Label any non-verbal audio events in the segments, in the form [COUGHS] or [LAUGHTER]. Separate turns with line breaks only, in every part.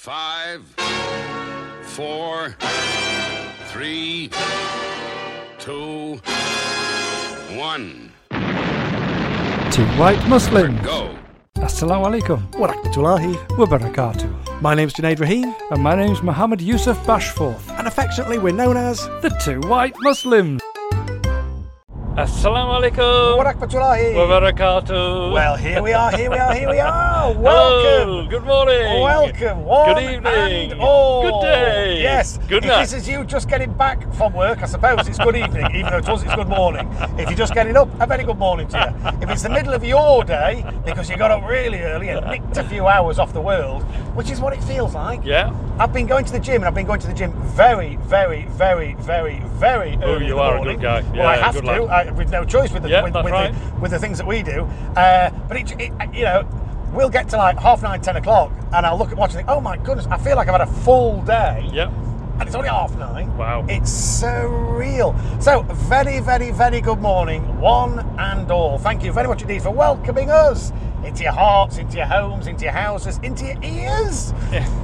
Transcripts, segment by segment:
Five, four, three, two, one.
Two White Muslims.
Go.
Assalamu alaikum
Warakmatullahi.
wa barakatuh.
My name's Junaid Rahim,
And my name's Mohammed Yusuf Bashforth,
and affectionately we're known as
the Two White Muslims. Assalamu alaikum
Warakmatullahi.
barakatuh.
Well, here we are, here we are, here we
[LAUGHS]
are.
Hello,
Welcome.
Oh, good morning.
Welcome, one
Good evening.
and all.
Good day.
Yes.
Good
if
night.
this is you just getting back from work, I suppose it's good evening, even though it was it's good morning. If you're just getting up, a very good morning to you. If it's the middle of your day because you got up really early and nicked a few hours off the world, which is what it feels like.
Yeah.
I've been going to the gym, and I've been going to the gym very, very, very, very, very early. in
you
the
are a
morning.
good guy.
well, I
Yeah,
have
good
to.
lad.
I, with no choice with the
Yeah,
with,
that's
with
right.
the with the things that we do. Uh, but it, it, you know, we'll get to like half nine, ten o'clock, and I'll look at watching. Oh my goodness! I feel like I've had a full day.
Yep.
And it's only half nine.
Wow.
It's surreal. So very, very, very good morning, one and all. Thank you very much indeed for welcoming us into your hearts, into your homes, into your houses, into your
[LAUGHS]
ears.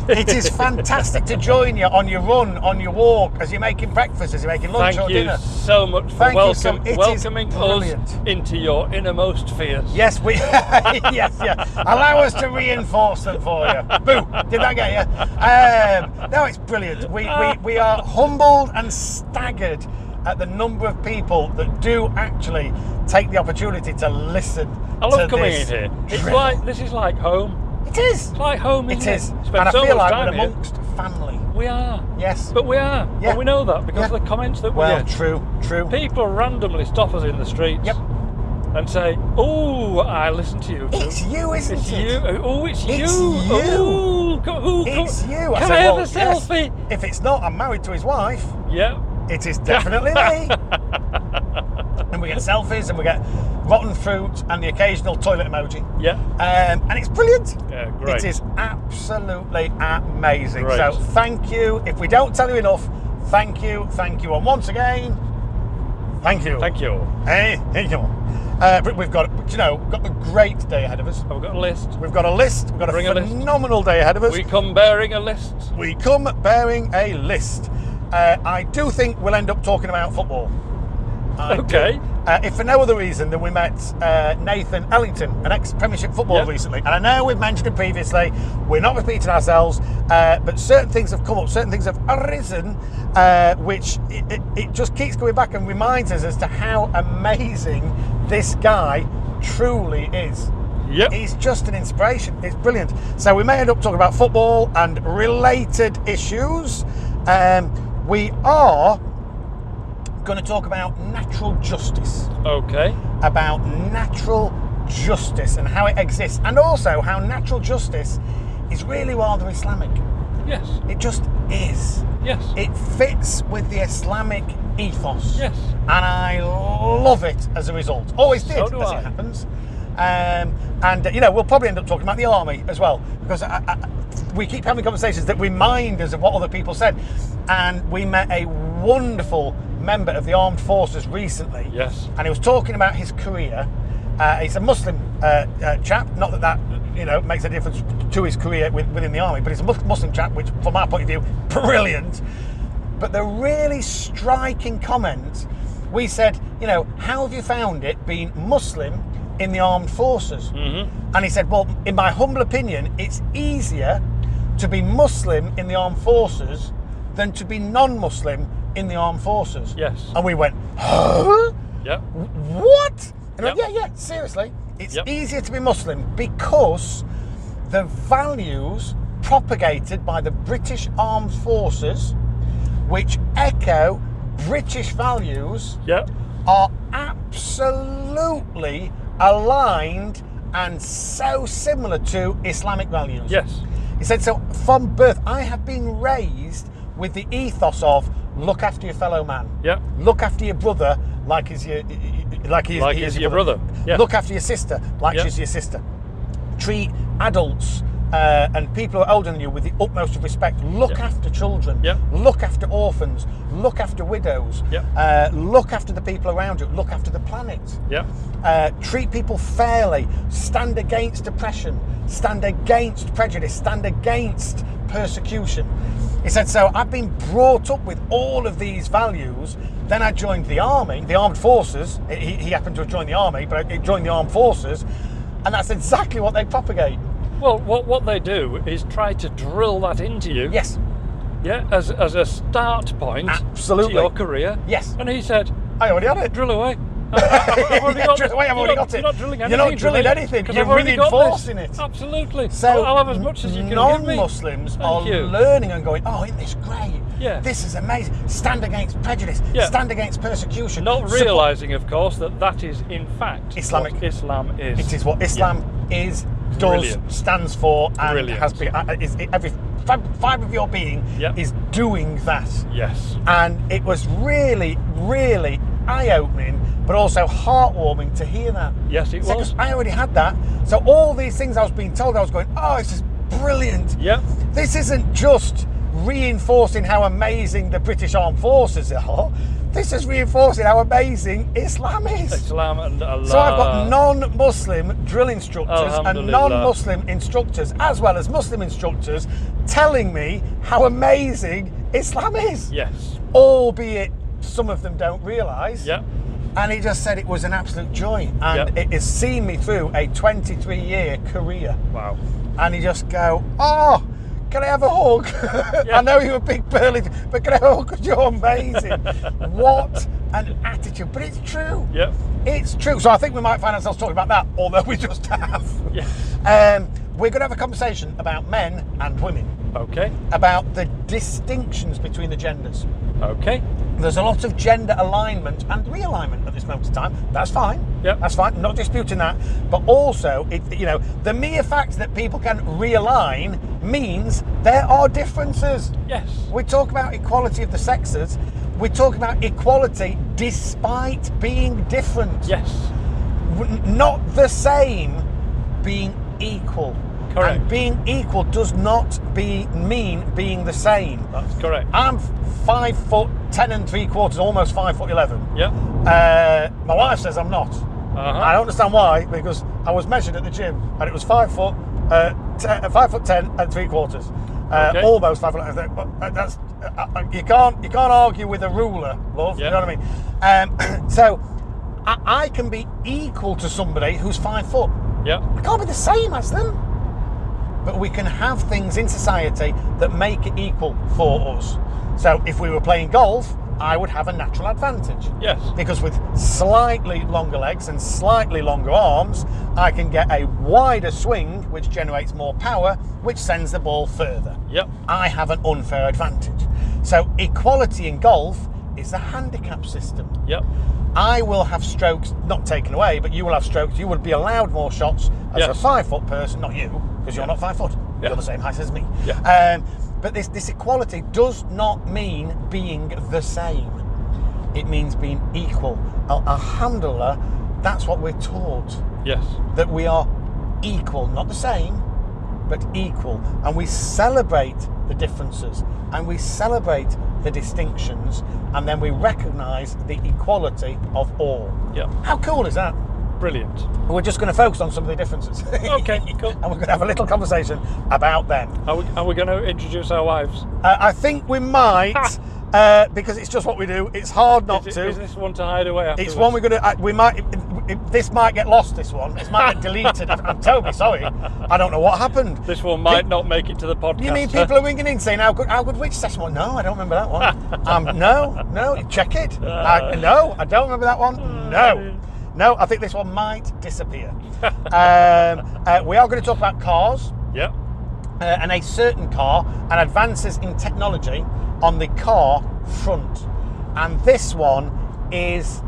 it is fantastic to join you on your run, on your walk, as you're making breakfast, as you're making lunch
Thank
or
you
dinner.
so much for
Thank you so-
welcome-
it is
welcoming us
brilliant.
into your innermost fears.
Yes, we. [LAUGHS] yes, yeah. Allow us to reinforce them for you. Boo! Did that get you? Um, no, it's brilliant. We, we we are humbled and staggered at the number of people that do actually take the opportunity to listen.
I love
to
coming
this
in here. It's
drivel.
like this is like home.
it is.
It's like home,
It
isn't it?
is.
Spend
And I
so
feel
much
like
time
we're
here.
amongst family.
We are.
Yes.
But we are.
Yeah.
And we know that because
Yeah.
of the comments that
well,
we get.
true, true.
People randomly stop us in the streets
Yep.
and say, Oh, I listen to you.
It's you, isn't
It's
it?
you. Oh, it's,
It's
you. Oh,
you.
Ooh, go, ooh, go-
It's you.
Can I,
said,
have
well,
a
yes.
selfie?
If it's not, I'm married to his wife.
Yeah.
It is definitely
[LAUGHS]
me. and we get selfies and we get rotten fruit and the occasional toilet emoji.
Yeah.
Um, and it's brilliant.
Yeah, great.
It is absolutely amazing.
Great.
So thank you. If we don't tell you enough, thank you, thank you. And once again, thank you.
Thank you.
Hey, thank you. Uh, but we've got, do you know, we've got a great day ahead of us.
I've got a list.
We've got a list. We've got a
Bring a list.
phenomenal day ahead of us.
We come bearing a list.
We come bearing a list. Uh, I do think we'll end up talking about football. I do.
Okay.
Uh, if for no other reason than we met uh, Nathan Ellington, an ex Premiership footballer
Yeah.
recently. And I know we've mentioned it previously, we're not repeating ourselves, uh, but certain things have come up, certain things have arisen, uh, which it, it, it just keeps going back and reminds us as to how amazing this guy truly is.
Yep.
He's just an inspiration. It's brilliant. So we may end up talking about football and related issues. Um, we are going to talk about natural justice,
Okay.
about natural justice and how it exists, and also how natural justice is really rather Islamic.
Yes.
It just is.
Yes.
It fits with the Islamic ethos.
Yes.
And I love it as a result. Always did,
So do
as
I.
it happens. Um, and, uh, you know, we'll probably end up talking about the army as well, because I, I, we keep having conversations that remind us of what other people said. And we met a wonderful member of the armed forces recently.
Yes.
And he was talking about his career. Uh, he's a Muslim uh, uh, chap. Not that that you know makes a difference to his career with, within the army, but he's a Mus- Muslim chap, which, from my point of view, [LAUGHS] brilliant. But the really striking comment, we said, you know, how have you found it being Muslim in the armed forces? And he said, well, in my humble opinion, it's easier to be Muslim in the armed forces than to be non-Muslim in the armed forces.
Yes.
And we went, huh?
Yep.
What? And I went,
Yep.
yeah, yeah, seriously. It's
Yep.
easier to be Muslim because the values propagated by the British Armed Forces, which echo British values,
Yep.
are absolutely aligned and so similar to Islamic values.
Yes.
He said, so from birth, I have been raised with the ethos of look after your fellow man.
Yep.
Look after your brother like he's your like he's,
Like
he
he's
is
your brother. Yeah.
Look after your sister like
Yeah.
she's your sister. Treat adults uh, and people who are older than you with the utmost of respect. Look
Yeah.
after children.
Yeah.
Look after orphans. Look after widows.
Yeah.
Uh, look after the people around you. Look after the planet
Yep.
uh, treat people fairly, stand against oppression, stand against prejudice, stand against persecution. He said, So I've been brought up with all of these values. Then I joined the army, the armed forces. He, he happened to have joined the army, but he joined the armed forces. And that's exactly what they propagate.
Well, what, what they do is try to drill that into you.
Yes,
Yeah, as, as a start point
Absolutely.
to your career.
Yes.
And he said,
I already had it. [LAUGHS]
drill away. I- I- I've already
Yeah,
got-
drill away, I've
you're
already got
not-
it.
You're not drilling
You're
anything.
not drilling
to me,
anything,
'cause
you're
I've already got this.
reinforcing it.
Absolutely.
So
I'll, I'll have as much as you can give me.
Non-Muslims
Thank
are
you.
learning and going, "Oh, isn't this great?
Yeah.
This is amazing. Stand against prejudice.
Yeah.
Stand against persecution.
Not
Support-
realising, of course, that that is in fact
Islamic.
what Islam is.
It is what Islam is, does,
Brilliant.
stands for, and
Brilliant.
has been. uh, Is, every fib- fibre of your being
Yep.
is doing that.
Yes.
And it was really, really eye-opening, but also heartwarming to hear that.
Yes, it
So, 'cause
was.
I already had that. So all these things I was being told, I was going, "Oh, this is brilliant."
Yep.
This isn't just reinforcing how amazing the British Armed Forces are. This is reinforcing how amazing Islam is.
Islam and Allah.
So I've got non-Muslim drill instructors and
Alhamdulillah.
non-Muslim instructors, as well as Muslim instructors, telling me how amazing Islam is.
Yes.
Albeit some of them don't realise.
Yep.
And he just said it was an absolute joy, and
Yep.
it has seen me through a 23-year career.
Wow.
And you just go, oh. Can I have a hug? [LAUGHS] I know you're a big burly, but can I have a hug? 'Cause You're amazing. what an attitude! But it's true.
Yep.
It's true. So I think we might find ourselves talking about that, although [LAUGHS] we just have.
Yes.
Um, we're going to have a conversation about men and women,
Okay.
about the distinctions between the genders.
Okay.
There's a lot of gender alignment and realignment at this moment in time. That's fine.
Yep.
That's fine. Not disputing that. But also, it, you know, the mere fact that people can realign means there are differences.
Yes.
We talk about equality of the sexes. We talk about equality despite being different
Yes.
w- not the same being equal.
Correct.
And being equal does not be mean being the same.
That's correct.
I'm five foot ten and three quarters, almost five foot eleven.
Yep.
Uh, my wife says I'm not.
Uh-huh.
I don't understand why because I was measured at the gym and it was five foot, uh, te- uh, five foot ten and three quarters, uh,
Okay.
almost five foot. I think, but, uh, That's uh, uh, you can't you can't argue with a ruler, love.
Yeah.
You know what I mean? Um, [CLEARS THROAT] so I, I can be equal to somebody who's five foot.
Yep.
I can't be the same as them. But we can have things in society that make it equal for us. So if we were playing golf, I would have a natural advantage
Yes.
because with slightly longer legs and slightly longer arms, I can get a wider swing, which generates more power, which sends the ball further.
Yep.
I have an unfair advantage. So, equality in golf is a handicap system.
Yep.
I will have strokes not taken away, but you will have strokes. You would be allowed more shots as
Yeah.
a five foot person, not you, because you're not five foot.
Yeah.
You're the same height as me.
Yeah.
Um, but this, this equality does not mean being the same, it means being equal. Al- Alhamdulillah, that's what we're taught
Yes.
that we are equal, not the same, but equal. And we celebrate the differences and we celebrate the distinctions and then we recognize the equality of all.
Yep.
How cool is that?
Brilliant.
We're just going to focus on some of the differences. [LAUGHS]
Okay, cool.
and we're going to have a little conversation about them.
Are we, are we going to introduce our wives?
Uh, I think we might, uh, because it's just what we do, it's hard not
Is, it-
to.
is this one to hide away afterwards?
It's one we're gonna. I- We might. it- it- This might get lost. This one. This might get
[LAUGHS]
deleted. I'm terribly sorry. I don't know what happened.
This one might
Pe-
not make it to the podcast.
You mean
huh?
people are ringing in saying how good how good which session was? No, I don't remember that one. um, no, no, check it. I, no, I don't remember that one. No, no, I think this one might disappear. um, uh, we are going to talk about cars
Yep.
uh, and a certain car and advances in technology on the car front. And this one is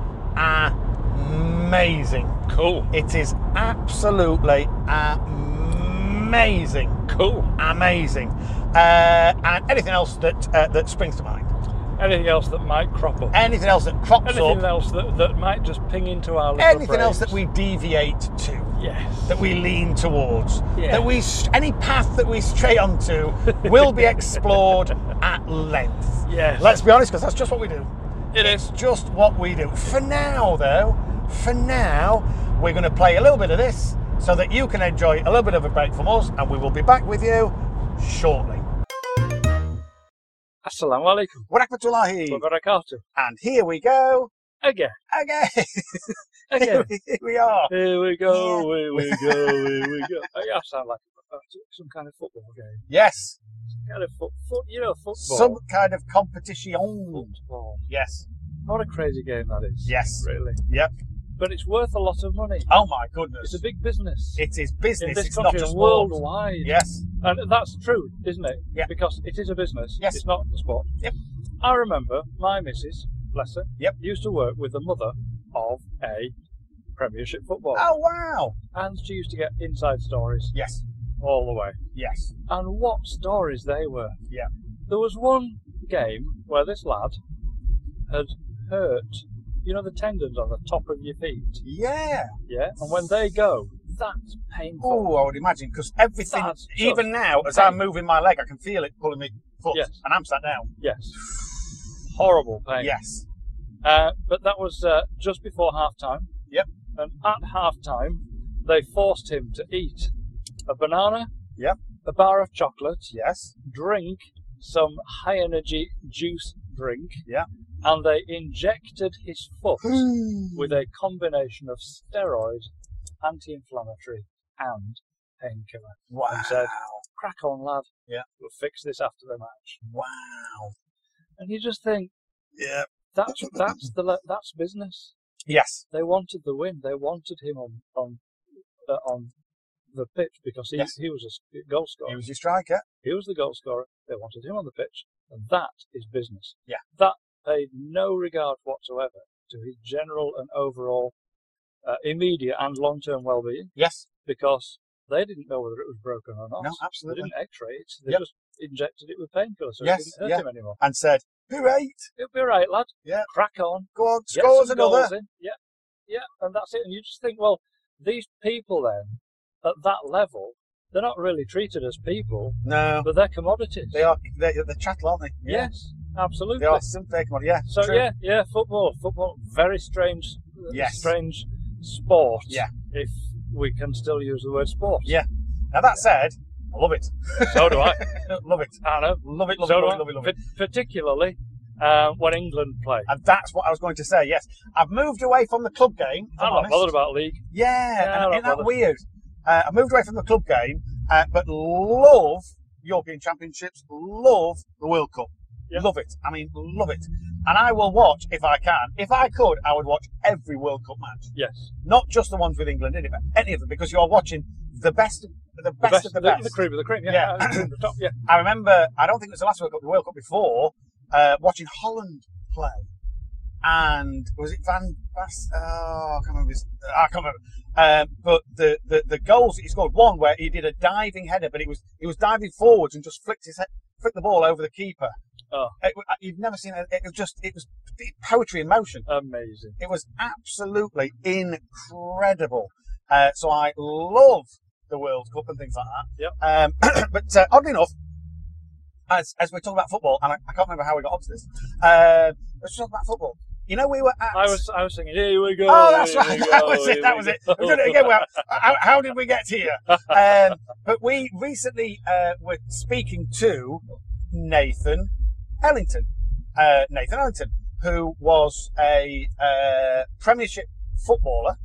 amazing.
Cool.
It is absolutely amazing.
Cool.
Amazing. Uh, and anything else that uh, that springs to mind?
Anything else that might crop up?
Anything else that crops
Anything
up?
else that, that might just ping into our little
Anything else that we
brains?
deviate to?
Yes.
that we lean towards.
Yeah.
That we any path that we stray
[LAUGHS]
onto will be explored at length.
Yes.
Let's be honest, because that's just what we do.
It is.
Just what we do. For now, though, for now, we're going to play a little bit of this so that you can enjoy a little bit of a break from us, and we will be back with you shortly.
Assalamu alaikum
What happened to
wa
Lahi?
barakatuh.
And here we go
Again,
again. [LAUGHS]
again.
here we are.
[LAUGHS] Here we go, here we go, here we go. Oh, yeah, I sound like uh, some kind of football game.
Yes.
Some kind of foot, foot you know, football.
Some kind of competition.
football.
Yes.
What a crazy game that is.
Yes.
Really.
Yep.
But it's worth a lot of money.
Oh my
It's
goodness.
a big business.
It is
in
business.
this
it's not
country
just
and
sport.
worldwide.
Yes.
And that's true, isn't it?
Yeah.
Because it is a business.
Yes.
It's not a sport.
Yep.
I remember my missus, bless her,
Yep.
used to work with the mother of a Premiership footballer.
Oh wow.
And she used to get inside stories
Yes.
all the way.
Yes.
And what stories they were.
Yeah.
There was one game where this lad had hurt, you know, the tendons on the top of your feet.
Yeah.
Yeah. And when they go, that's painful.
Oh, I would imagine because everything,
That's just
even now, as I'm moving my leg, I can feel it pulling me foot,
Yes.
and I'm sat down.
Yes. Horrible pain.
Yes.
Uh, but that was uh, just before half time.
Yep.
And at half time, they forced him to eat a banana,
Yep.
a bar of chocolate,
Yes.
drink some high energy juice drink,
Yeah.
and they injected his foot
With
with a combination of steroid, anti inflammatory, and painkiller.
wow.
And said, Crack on, lad.
Yeah.
We'll fix this after the match.
Wow.
And you just think,
Yeah.
that's, that's, the, le- that's business.
Yes.
they wanted the win. They wanted him on on uh, on the pitch because he,
Yes.
he was a s- goal scorer.
He was your striker.
He was the goal scorer. They wanted him on the pitch, and that is business.
Yeah.
that paid no regard whatsoever to his general and overall uh, immediate and long term well being
Yes.
because they didn't know whether it was broken or not.
No,
They
absolutely.
didn't X-ray it. They
Yep.
just injected it with painkillers, so
Yes,
it didn't hurt
yeah.
him anymore.
And said, be right.
It'll be all right, lad.
Yeah.
crack on
Go on,
get
scores
some
another.
goals in. Yeah, yeah, and that's it. And you just think, well, these people then at that level, they're not really treated as people,
No.
but they're commodities.
They are. They're, they're chattel, aren't they?
Yes, absolutely.
They are simply commodity. Yeah.
So
true.
yeah, yeah, football, football, very strange, uh,
Yes.
strange sport.
Yeah.
if we can still use the word sport.
Yeah. Now that said, I love it.
So do I.
love it.
[LAUGHS] I know.
Love it. Love
so
it.
do
Love
I.
it. Love it. Love it.
Pa- particularly uh, when England play.
And that's what I was going to say. Yes, I've moved away from the club game. if
I'm not
honest.
bothered about league. Yeah,
Yeah,
I'm
and
not
isn't that
bothered.
weird? Uh, I moved away from the club game, uh, but love European Championships. Love the World Cup.
Yeah.
Love it. I mean, love it. And I will watch if I can. If I could, I would watch every World Cup match,
Yes,
not just the ones with England in it, but any of them, because you are watching the best, the best, of the best.
the cream of the cream. Yeah,
Yeah.
uh, the cream of the top.
[LAUGHS]
Yeah,
I remember, I don't think it was the last World Cup, the World Cup before, uh, watching Holland play. And was it Van Bass? Oh, I can't remember. His, I can't remember. Um, but the, the, the goals that he scored, one where he did a diving header, but it was he was diving forwards and just flicked his head, flicked the ball over the keeper.
Oh.
It, wa- you'd never seen it. It was just it was poetry in motion.
amazing.
It was absolutely incredible. Uh, so I love the World Cup and things like that. Yep. Um, [CLEARS THROAT] but uh, oddly enough, as, as we talk about football, and I, I can't remember how we got onto this, uh, let's talk about football. You know, we were at.
I was I was thinking, here we go.
Oh, that's
here
right. [LAUGHS]
we
That
go,
was
here
it. That
we
was it.
go.
We've done it again. Well, how, how did we get
[LAUGHS]
here? Um, but we recently uh, were speaking to Nathan Ellington. Uh, Nathan Ellington, who was a uh, Premiership footballer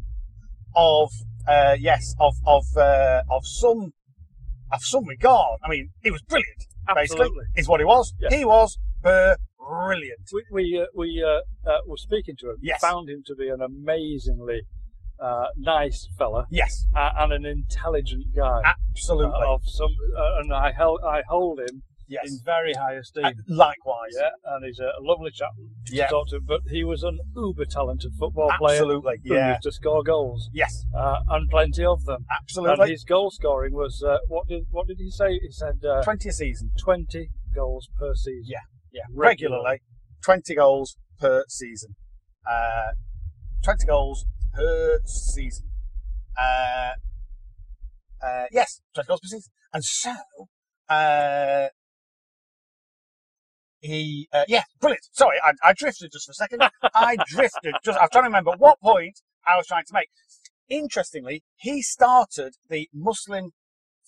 of uh, yes of of uh, of some of some regard. I mean, he was brilliant.
Absolutely.
Basically, is what he was.
Yeah.
He was brilliant.
We we uh, we uh, uh, were speaking to him.
Yes.
Found him to be an amazingly uh, nice fella
Yes,
uh, and an intelligent guy. uh,
absolutely.
of some, uh, and I held I hold him
yes.
in very high esteem.
And likewise.
yeah, and he's a lovely chap
Yeah.
to talk to. But he was an uber talented football player
Absolutely.
who
Yeah.
used to score goals
Yes.
uh, and plenty of them. And
Absolutely.
his goal scoring was uh, what did what did he say? He said uh,
Twenty a season.
20 goals per season.
Yeah. Yeah.
Regularly.
Regularly, twenty goals per season. Uh, twenty goals per season. Uh, uh, yes, twenty goals per season. And so, uh, he uh, yeah, brilliant. Sorry, I, I drifted just for a second. I drifted. Just I was trying to remember what point I was trying to make. Interestingly, he started the Muslim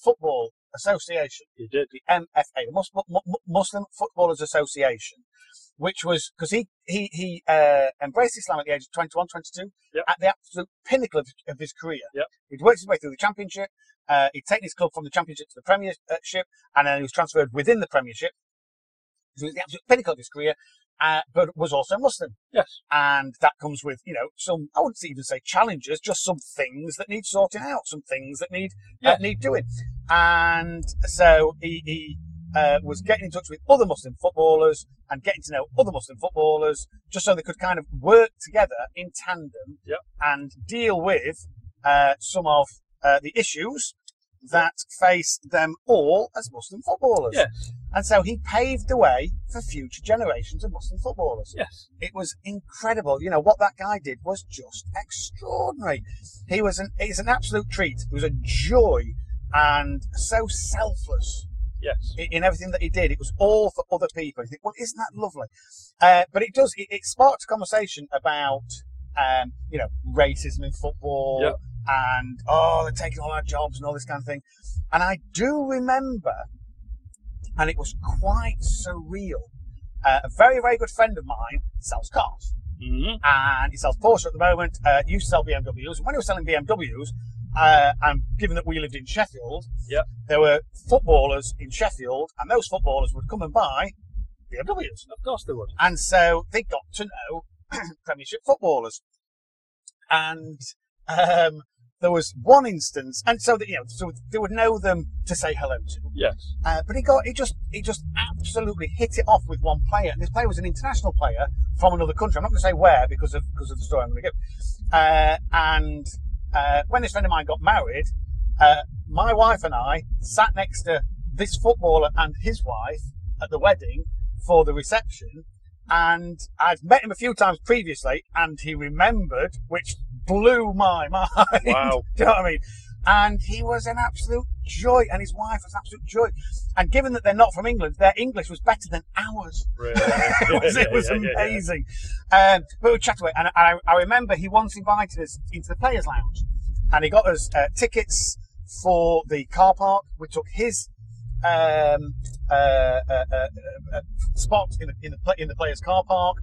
football association,
You did.
the MFA, the Mus- Mu- Mu- Muslim Footballers Association, which was because he he he uh, embraced Islam at the age of 21, 22,
Yep.
at the absolute pinnacle of, of his career.
Yep.
He'd worked his way through the championship. Uh, he'd taken his club from the championship to the premiership, and then he was transferred within the premiership. So it was the absolute pinnacle of his career, uh, but was also Muslim
Yes.
and that comes with you know some I wouldn't even say challenges, just some things that need sorting out, some things that need
Yeah.
uh, need doing. And so he, he uh, was getting in touch with other Muslim footballers and getting to know other Muslim footballers, just so they could kind of work together in tandem
Yep.
and deal with uh, some of uh, the issues that face them all as Muslim footballers.
Yes.
And so he paved the way for future generations of Muslim footballers
Yes.
it was incredible. You know what that guy did was just extraordinary. He was an it's an absolute treat. It was a joy and so selfless
Yes.
i- in everything that he did. It was all for other people. You think, well, isn't that lovely? Uh, but it does. It, it sparked a conversation about um, you know racism in football
Yep.
and oh they're taking all our jobs and all this kind of thing. And I do remember, and it was quite surreal. Uh, a very very good friend of mine sells cars Mm-hmm.
hmm
and he sells Porsche at the moment. Uh, used to sell BMWs, and when he was selling BMWs, uh, and given that we lived in Sheffield,
Yep.
there were footballers in Sheffield, and those footballers would come and buy BMWs,
Of course they would.
and so they got to know [CLEARS THROAT] Premiership footballers, and um, there was one instance, and so that you know, so they would know them to say hello to.
Yes.
Uh, but he got he just he just absolutely hit it off with one player, and this player was an international player from another country. I'm not going to say where because of because of the story I'm going to give. Uh, and uh, when this friend of mine got married, uh, my wife and I sat next to this footballer and his wife at the wedding for the reception, and I'd met him a few times previously, and he remembered, which blew my [LAUGHS] mind.
Wow.
Do you know what I mean? And he was an absolute joy, and his wife was an absolute joy. And given that they're not from England, their English was better than ours.
[LAUGHS] Really.
[LAUGHS] it was, it was
Yeah, yeah, yeah, yeah.
amazing. Um, but we chatted away, and I, I remember he once invited us into the players' lounge, and he got us uh, tickets for the car park. We took his um, uh, uh, uh, uh, uh, spot in the in the, pla- in the players' car park.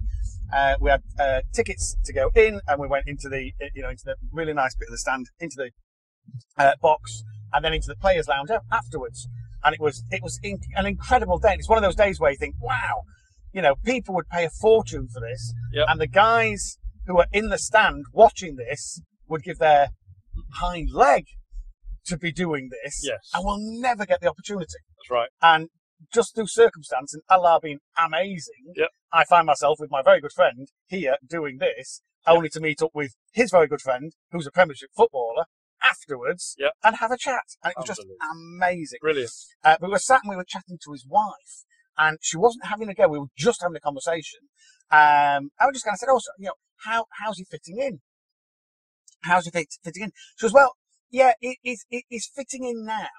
Uh, we had uh, tickets to go in, and we went into the you know into the really nice bit of the stand, into the uh, box, and then into the players' lounge a- afterwards. And it was it was in, an incredible day. And it's one of those days where you think, wow, you know, people would pay a fortune for this,
Yep.
and the guys who are in the stand watching this would give their hind leg to be doing this,
Yes.
and will never get the opportunity.
That's right.
And just through circumstance and Allah being amazing,
Yep.
I find myself with my very good friend here doing this, only to meet up with his very good friend, who's a Premiership footballer, afterwards
Yep.
and have a chat. And it was just
Unbelievable.
amazing.
Brilliant.
Uh, we were sat and we were chatting to his wife, and she wasn't having a go. We were just having a conversation. Um, I was just kind of said, "Also, you know, how how's he fitting in? How's he fit, fitting in?" She was, "Well, yeah, it, it, it, it's fitting in now,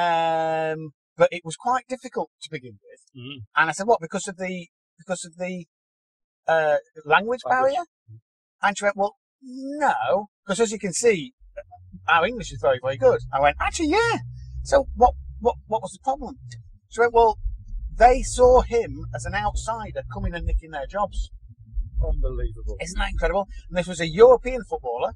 um, but it was quite difficult to begin with."
Mhm.
And I said, "What? Because of the because of the uh, language
Language.
barrier?" And she went, "Well, no, because as you can see, our English is very very good." I went, "Actually, yeah." So what what what was the problem? She went, "Well, they saw him as an outsider coming and nicking their jobs."
Unbelievable.
Isn't that incredible? And this was a European footballer.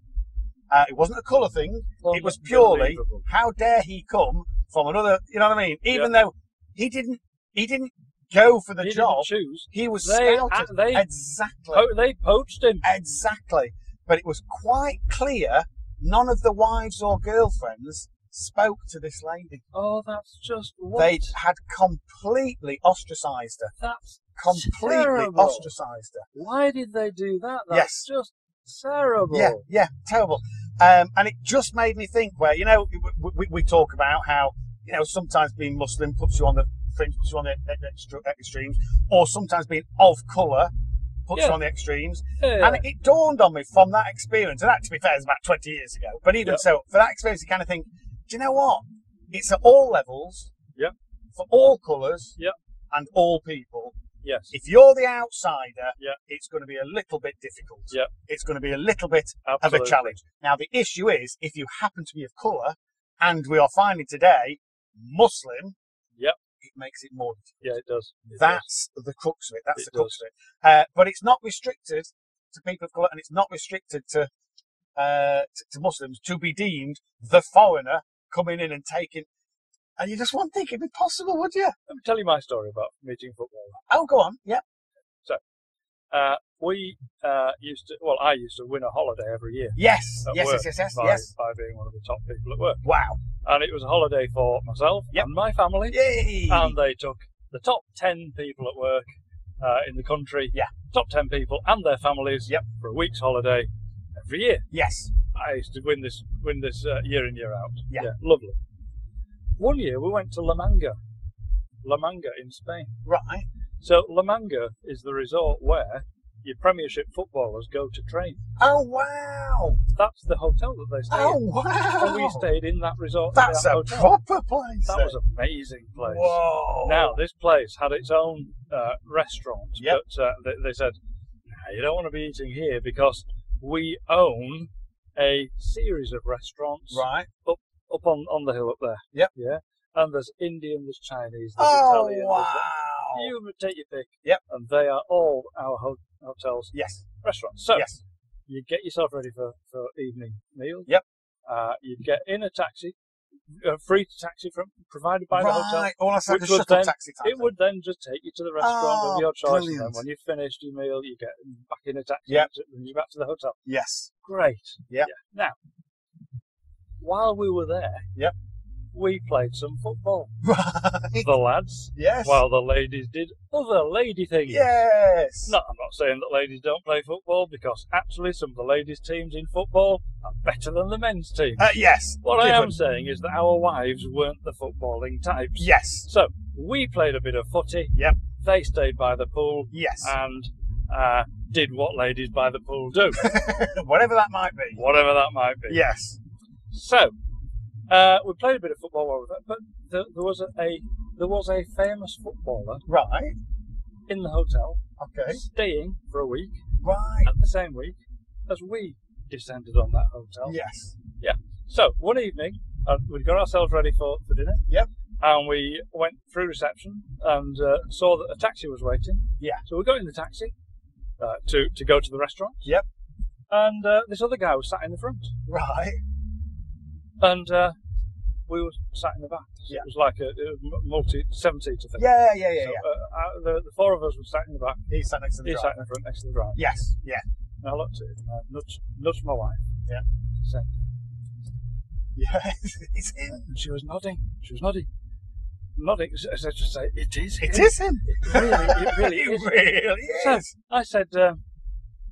Uh, it wasn't a colour thing. It was purely
Unbelievable.
how dare he come from another. You know what I mean? Even though he didn't, he didn't go for the
He didn't
job.
choose.
He was
They-
scouted.
and they-
exactly,
Oh, they poached him.
exactly. But it was quite clear. None of the wives or girlfriends spoke to this lady.
Oh, that's just what.
They had completely ostracised her.
That's
Completely
terrible.
ostracised her.
Why did they do that?
Yes.
That's just terrible.
Yeah, yeah, terrible. Um, and it just made me think where, you know, we, we, we talk about how, you know, sometimes being Muslim puts you on the fringe, puts you on the e, extre- extremes, or sometimes being of colour puts
Yeah.
you on the extremes.
Yeah.
And it, it dawned on me from that experience, and that, to be fair, is about 20 years ago. But even
Yeah.
so, for that experience, you kind of think, do you know what? It's at all levels,
Yeah.
for all colours,
Yeah.
and all people.
yes.
If you're the outsider,
Yeah.
it's going to be a little bit difficult.
Yeah.
It's going to be a little bit
Absolutely.
of a challenge. Now, the issue is if you happen to be of colour, and we are finding today Muslim,
Yep.
it makes it more. difficult.
Yeah, it does. It does.
That's the crux of it. That's
It
the crux of it. Uh, but it's not restricted to people of colour, and it's not restricted to, uh, to to Muslims to be deemed the foreigner coming in and taking. And you just wouldn't think it'd be possible, would you?
Let me tell you my story about meeting football.
Oh, go on. Yeah.
Uh, we uh, used to, well, I used to win a holiday every year
Yes.
At
Yes,
work,
yes. Yes. Yes.
by,
Yes.
by being one of the top people at work.
Wow.
And it was a holiday for myself
Yep.
and my family.
Yay.
And they took the top 10 people at work uh, in the country,
Yeah.
top 10 people and their families
Yep.
for a week's holiday every year.
yes.
I used to win this win this uh, year in year out.
Yeah.
lovely. One year we went to La Manga, La Manga in Spain.
Right.
So La Manga is the resort where your Premiership footballers go to train.
Oh wow.
That's the hotel that they stay
Oh
in.
wow.
So we stayed in that resort.
That's
that
a
hotel.
proper place.
That
then.
was amazing place.
Whoa.
Now this place had its own uh, restaurant,
Yep.
but uh, they, they said "Nah, you don't want to be eating here because we own a series of restaurants
Right.
up on, on the hill up there.
Yep.
Yeah. And there's Indian, there's Chinese, there's
Oh
Italian.
wow.
There's, you take your pick.
Yep.
And they are all our ho- hotels,
Yes.
restaurants. So
Yes.
you get yourself ready for, for evening meal.
Yep.
Uh, you get in a taxi, a free taxi from provided by
right.
the hotel.
Oh, that's like
which
a
was
shuttle
then-
taxi time.
It would then just take you to the restaurant
Oh,
of your choice. And then
brilliant.
when you've finished your meal, you get back in a taxi
Yep.
and you're back to the hotel.
Yes.
Great.
Yep.
Yeah. Now, while we were there,
Yep.
we played some football.
Right.
The lads,
Yes.
while the ladies did other lady things.
Yes.
No, I'm not saying that ladies don't play football because actually some of the ladies' teams in football are better than the men's team.
Uh, yes.
what I am
Different.
saying is that our wives weren't the footballing types.
Yes.
So we played a bit of footy.
Yep.
They stayed by the pool
Yes.
and uh, did what ladies by the
[LAUGHS]
pool do,
Whatever that might be.
whatever that might be.
Yes.
So, uh, we played a bit of football while we were there, but there, there was a, a there was a famous footballer
Right.
in the hotel
Okay.
staying for a week
Right.
at the same week as we descended on that hotel.
Yes.
So one evening, uh, we got ourselves ready for, for dinner.
Yep.
And we went through reception and uh, saw that a taxi was waiting.
Yeah.
So we got in the taxi uh, to to go to the restaurant.
Yep.
And uh, this other guy was sat in the front.
Right.
and uh, we were sat in the back.
Yeah.
It was like a, a m- multi seven seater thing.
Yeah. Yeah. Yeah.
So,
yeah.
uh, uh, the, the four of us were sat in the back.
He sat next to the
He
driver.
sat in the front next to the driver.
Yes. Yeah.
And I looked at him and I nudged, nudged my wife.
Yeah.
Said,
Yes. [LAUGHS] it's him.
and she was nodding. She was nodding. Nodding. So I just say, it is.
It
him."
is him.
It really, it
[LAUGHS]
really
It
is.
really
So
is.
I said, um,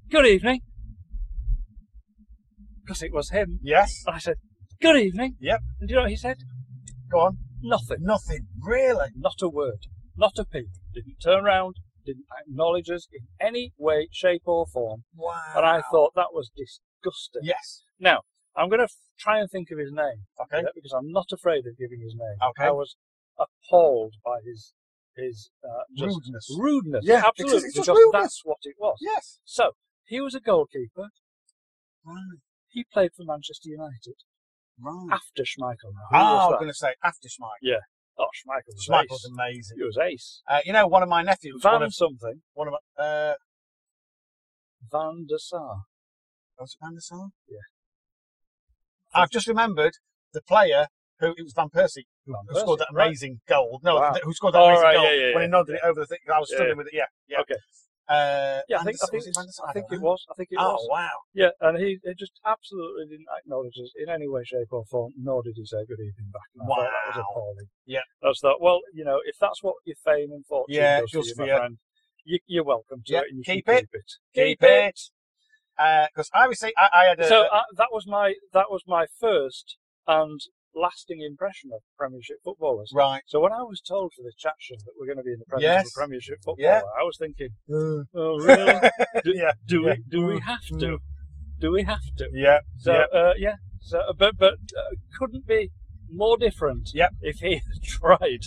good evening. Because it was him.
Yes.
And I said, good evening.
Yep.
And do you know what he said?
Go on.
Nothing.
Nothing. Really.
Not a word, not a peep. Didn't turn round, didn't acknowledge us in any way, shape, or form.
Wow.
And I thought that was disgusting.
Yes.
Now, I'm going to f- try and think of his name
Okay.
yeah, because I'm not afraid of giving his name.
Okay.
I was appalled by his his uh, just
Rudeness.
rudeness.
Yeah, because
absolutely.
it's just
because
rudeness.
that's what it was.
Yes.
So he was a goalkeeper.
Right.
He played for Manchester United
Right.
after Schmeichel. Now, Ah,
Hmm.
who
Ah, I was
was
going
that?
to say after Schmeichel.
Oh, Schmeichel was
Schmeichel's
ace.
amazing.
He was ace.
Uh, you know, one of my nephews. One
Van
of,
something.
one of my, uh,
Van der Sar.
was it Van der Sar?
Yeah.
I've just remembered the player who it was Van Persie who,
Van
who scored
Persie,
that
right.
amazing goal. No,
Wow.
th- who scored that
Oh,
amazing
right,
goal
yeah, yeah,
when
yeah,
he nodded it over the thing. I was
Yeah,
struggling
yeah.
with it. Yeah, yeah.
Okay.
Uh,
Yeah, I
Van
think,
der
I
Sar-
think,
was it Van der Sar?
I think
don't
it
know.
was. I think it
Oh
was.
wow!
Yeah, and he, he just absolutely didn't acknowledge us in any way, shape, or form, nor did he say good evening back. And I thought that was
Wow.
appalling.
Yeah.
I just thought, well, you know, if that's what your fame and fortune
Yeah,
does for
just
you,
for
my
you.
friend, you, you're welcome to
Yeah,
it and you
keep
can
it.
keep it.
Keep it. Because I was saying, I, I had a,
So uh, that was my that was my first and lasting impression of Premiership footballers.
right.
So when I was told for the chat show that we're going to be in the presence
Yes.
of a Premiership footballer,
Yeah.
I was thinking,
Uh,
oh really?
[LAUGHS]
Do-
yeah,
Do
yeah.
we do we have to? Do we have to?
yeah,
So
yeah.
uh, yeah, so uh, but but uh, couldn't be more different.
Yep.
If he [LAUGHS] had tried,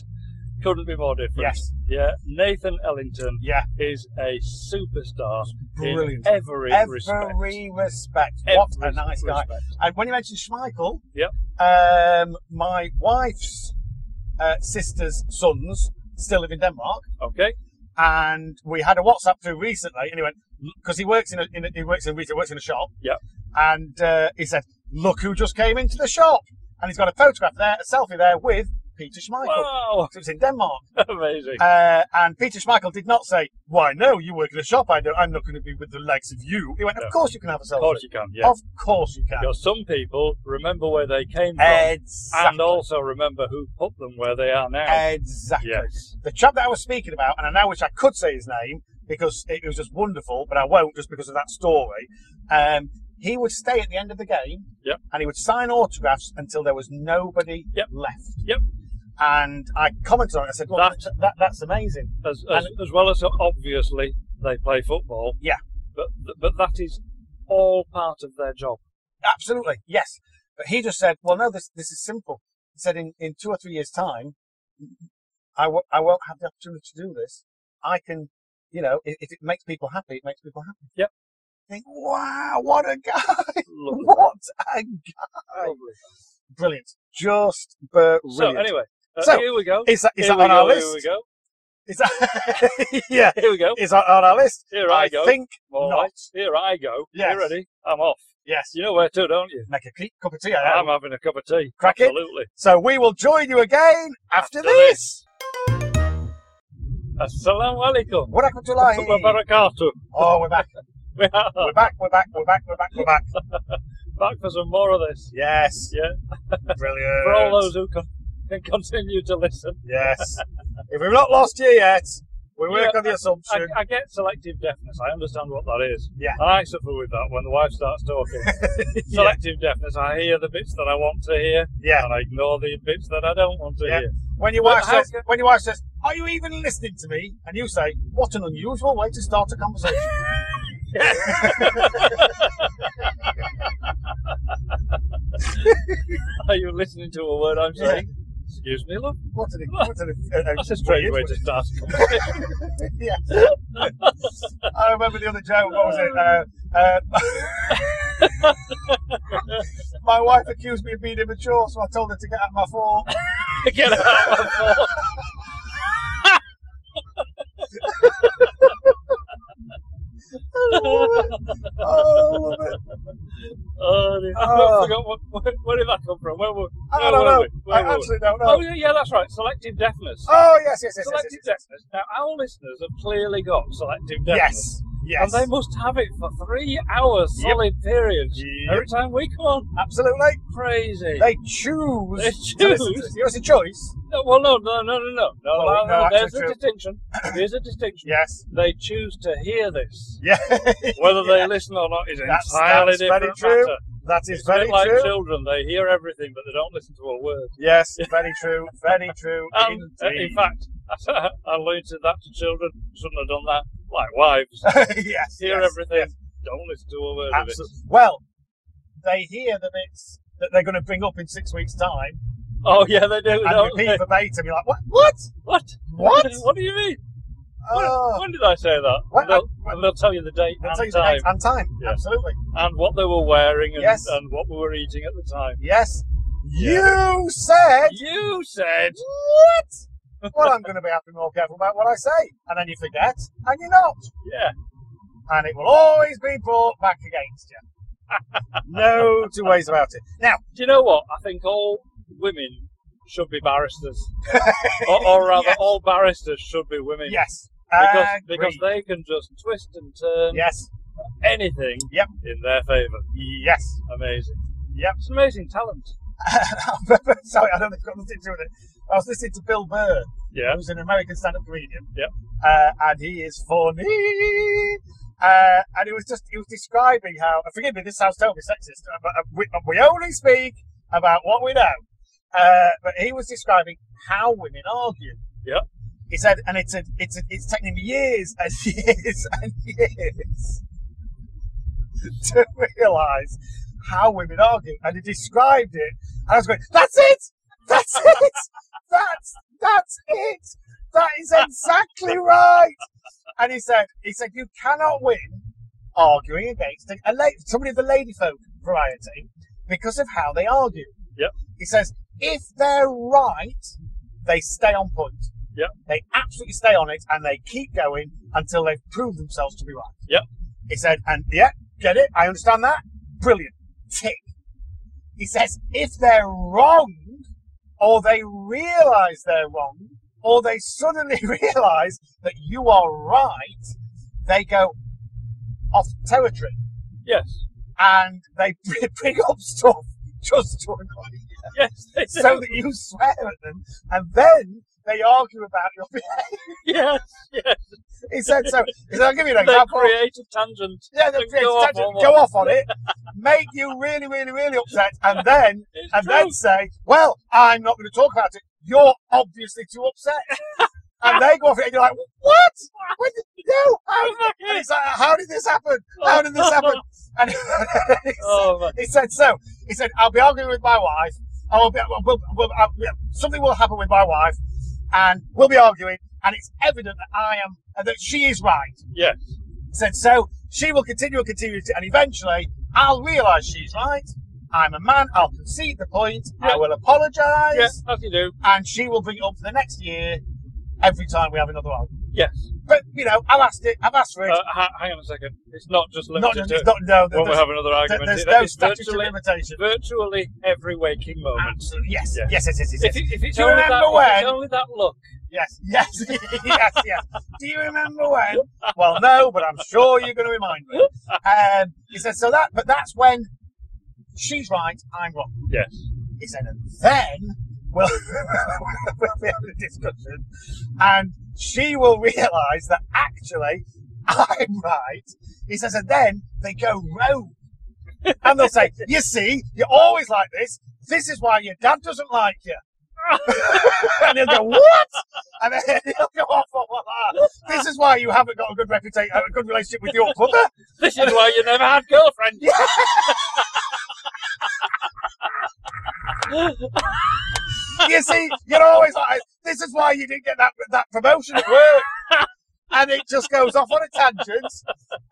couldn't be more different.
Yes.
Yeah. Nathan Ellington
Yeah.
is a superstar
Brilliant.
in every,
Every
respect.
respect.
Every
What a nice guy.
respect.
And when you mentioned Schmeichel,
Yep.
um, my um, wife's uh, sister's sons still live in Denmark,
Okay.
and we had a WhatsApp through recently, and he went because he works in a, in a he works in retail, works in a shop,
Yeah.
and uh, he said, "Look who just came into the shop," and he's got a photograph there, a selfie there with Peter Schmeichel.
Wow. [LAUGHS]
So it's in Denmark.
Amazing.
Uh, and Peter Schmeichel did not say, "Why no? You work in a shop. I don't, I'm not going to be with the likes of you." He went, "Of
No.
course you can have a selfie.
of course you can. Yeah.
Of course you can."
Because some people remember where they came from
Exactly.
and also remember who put them where they are now.
exactly.
Yes.
The chap that I was speaking about, and I now wish I could say his name because it was just wonderful, but I won't just because of that story. Um, he would stay at the end of the game,
Yep.
and he would sign autographs until there was nobody
Yep.
left.
Yep.
And I commented on it. I said, "Look,
That-
that, that's amazing."
As, as, as well as obviously they play football.
Yeah.
But but that is all part of their
[LAUGHS]
job.
Absolutely, yes. But he just said, well, no, this this is simple. He said, in, in two or three years' time, I w- I won't have the opportunity to do this. I can, you know, if, if it makes people happy, it makes people happy.
Yep.
I think, wow, what a guy! [LAUGHS]
Lovely.
what a guy!
Lovely.
Brilliant. Just brilliant.
So anyway, uh,
So,
here we go.
is that, is
here
that
we
on
go,
our
Here we
list?
go.
Is that, [LAUGHS] yeah,
Here we go.
is that on our list?
Here I,
I
go.
think
All
not.
right. Here I go.
Yes.
You ready? I'm off.
Yes.
You know where to, don't you?
Make a tea- cup of tea. I am.
I'm having a cup of tea.
Um, Crack it.
Absolutely.
So we will join you again after,
After
this.
Assalamu alaikum.
What happened to life?
Wa barakatuh. [LAUGHS]
Oh, we're back.
We are
We're back, we're back, we're back, we're back, we're back.
back for some more of this.
Yes.
Yeah.
Brilliant.
For all those who con- can continue to listen.
Yes. If we've not lost you yet, we work
Yeah,
on the
I,
[LAUGHS] assumption.
I get selective deafness. I understand what that is.
Yeah.
And I suffer with that when the wife starts talking.
[LAUGHS] yeah.
selective deafness. I hear the bits that I want to hear,
yeah.
and I ignore the bits that I don't want to
Yeah.
hear. [LAUGHS]
When your
But
wife
how
says,
can-
when your wife says, "Are you even listening to me?" and you say, "What an unusual way to start a conversation." [LAUGHS]
Are you listening to a word I'm saying? Excuse me, love.
what an, what [LAUGHS] an uh,
That's a strange way to start a conversation. [LAUGHS]
yeah. I remember the other joke. What was it? Uh, uh, [LAUGHS] my wife accused me of being immature, so I told her to get out of my [LAUGHS] phone.
Get out of my phone.
Oh, I love it.
Oh, dear.
Oh.
I forgot what, where, where did that come from? Where were, where
I don't
were
know.
we? Where
Oh, I
were we?
absolutely don't
Oh,
know.
yeah, yeah, that's right. Selective deafness.
Oh yes, yes, yes, yes,
selective
yes, yes.
deafness. Now, our listeners have clearly got selective deafness.
Yes, yes,
And they must have it for three hours
Yep.
solid periods
Yep.
every time we come on.
absolutely.
Crazy.
They choose.
They
to listen to
choose?
us. You know, it's a choice.
No, well, no, no, no, no, no. no,
Well,
no,
Oh, no,
no, there's
actually
a
true. [COUGHS]
distinction. There's a distinction.
Yes.
They choose to hear this.
Yeah. [LAUGHS]
Whether they
Yeah.
listen or not is
That's-
entirely
that's very
different
true.
matter.
That is
It's a
very
bit like
true.
children. They hear everything, but they don't listen to a word.
Yes, very true. Very
[LAUGHS]
true.
And, uh, in
indeed.
fact, [LAUGHS] I alluded that to children. Shouldn't have done that.
[LAUGHS]
Like wives.
[LAUGHS] yes.
Hear
yes,
everything.
yes,
Don't listen to a word
absolutely. Well, they hear the bits that they're going to bring up in six weeks' time
of it. Oh, yeah, they do.
and
don't
repeat
they?
verbatim. You're like, what? What?
What?
What?
[LAUGHS] What do you mean? When,
Oh.
when did I say that?
What?
And they'll, and they'll tell you the date
I'll
and
tell you the
time
date and time.
Yeah.
Absolutely.
and what they were wearing and,
Yes.
and what we were eating at the time.
Yes.
Yeah.
You said
You said
what? well, I'm going to be having more careful about what I say, and then you forget, and you're not,
yeah.
and it will always be brought back against you. [LAUGHS] no two ways about it. Now,
Do you know what? I think all women should be
[LAUGHS]
barristers, or, or rather,
Yes.
all barristers should be women.
yes,
Because, because
agreed.
they can just twist and turn
yes, [LAUGHS]
anything
Yep.
in their favour.
yes,
Amazing.
Yep.
It's amazing talent.
sorry, I don't think it's got nothing to do with it. I was listening to Bill Burr,
Yeah.
who's an American stand-up comedian.
Yep.
Uh, and he is funny. Uh, and he was just he was describing how forgive me this sounds totally sexist uh, but uh, we, uh, we only speak about what we know uh, but he was describing how women argue
Yep.
he said and it's a, it's a, it's taken him years and [LAUGHS] years and years to realize how women argue and he described it and I was going that's it that's it that's that's it that is exactly right. And he said, he said, you cannot win arguing against a, a la- somebody of the ladyfolk variety because of how they argue.
Yep.
He says, if they're right, They stay on point.
Yeah.
They absolutely stay on it and they keep going until they've proved themselves to be right.
Yeah.
He said, and yeah, get it. I understand that. Brilliant. Tick. He says, if they're wrong, or they realize they're wrong, or they suddenly [LAUGHS] realize that you are right, they go off territory
Yes.
and they [LAUGHS] bring up stuff just to annoy you
Yes. they do.
so that you swear at them, and then they argue about your behaviour.
[LAUGHS] yes. Yes.
He said so. He said, I'll give you an
They
example.
create a tangent.
Yeah,
[LAUGHS]
they
Go
create
off
tangent,
on one.
go off on it, make you really, really, really upset, and then
It's
and
true.
then say, "Well, I'm not going to talk about it. You're obviously too upset." [LAUGHS] and they go off it, and you're like, "What? When did, no, how?"
Oh, my
And
God.
he's like, "How did this happen? How did this happen?" And [LAUGHS] he
Oh, my.
He said so. He said, I'll be arguing with my wife. I will be, we'll, we'll, we'll, I- yeah, something will happen with my wife, and we'll be arguing, and it's evident that I am, uh, that she is right.
Yes.
He said, so she will continue and continue, to, and eventually I'll realise she's right. I'm a man, I'll concede the point,
Yeah.
I will apologise,
Yeah, as you do.
and she will bring it up for the next year every time we have another argument.
Yes.
But, you know, I've asked it, I've asked for it.
Uh, ha- hang on a second. It's not just limited
not,
to
it's not, no,
when we
there's,
have another argument.
there's
It-
no
it's
statutory
virtually,
limitation.
virtually every waking moment.
Absolutely. Yes.
Yeah.
Yes, yes, yes, yes. yes.
If, it- if it's
Do you
only
remember
that, if it's
when-
only that look.
Yes, [LAUGHS] yes, yes, yes. Do you remember
[LAUGHS]
when? Well, no, but I'm sure you're going to remind me. Um, he said, so that, but that's when she's right, I'm wrong.
Yes.
He said, and then we'll, [LAUGHS] we'll be having a discussion, and she will realise that actually I'm right. He says, and then they go rogue. And they'll say, You see, you're always like this. This is why your dad doesn't like you. [LAUGHS] and he'll go, What? And then [LAUGHS] he'll go off on one like that. This is why you haven't got a good reputation, a good relationship with your mother.
This is why you never had
[LAUGHS]
girlfriend.
You see, you're always like this. This is why you didn't get that that promotion at work. And it just goes off on a tangent,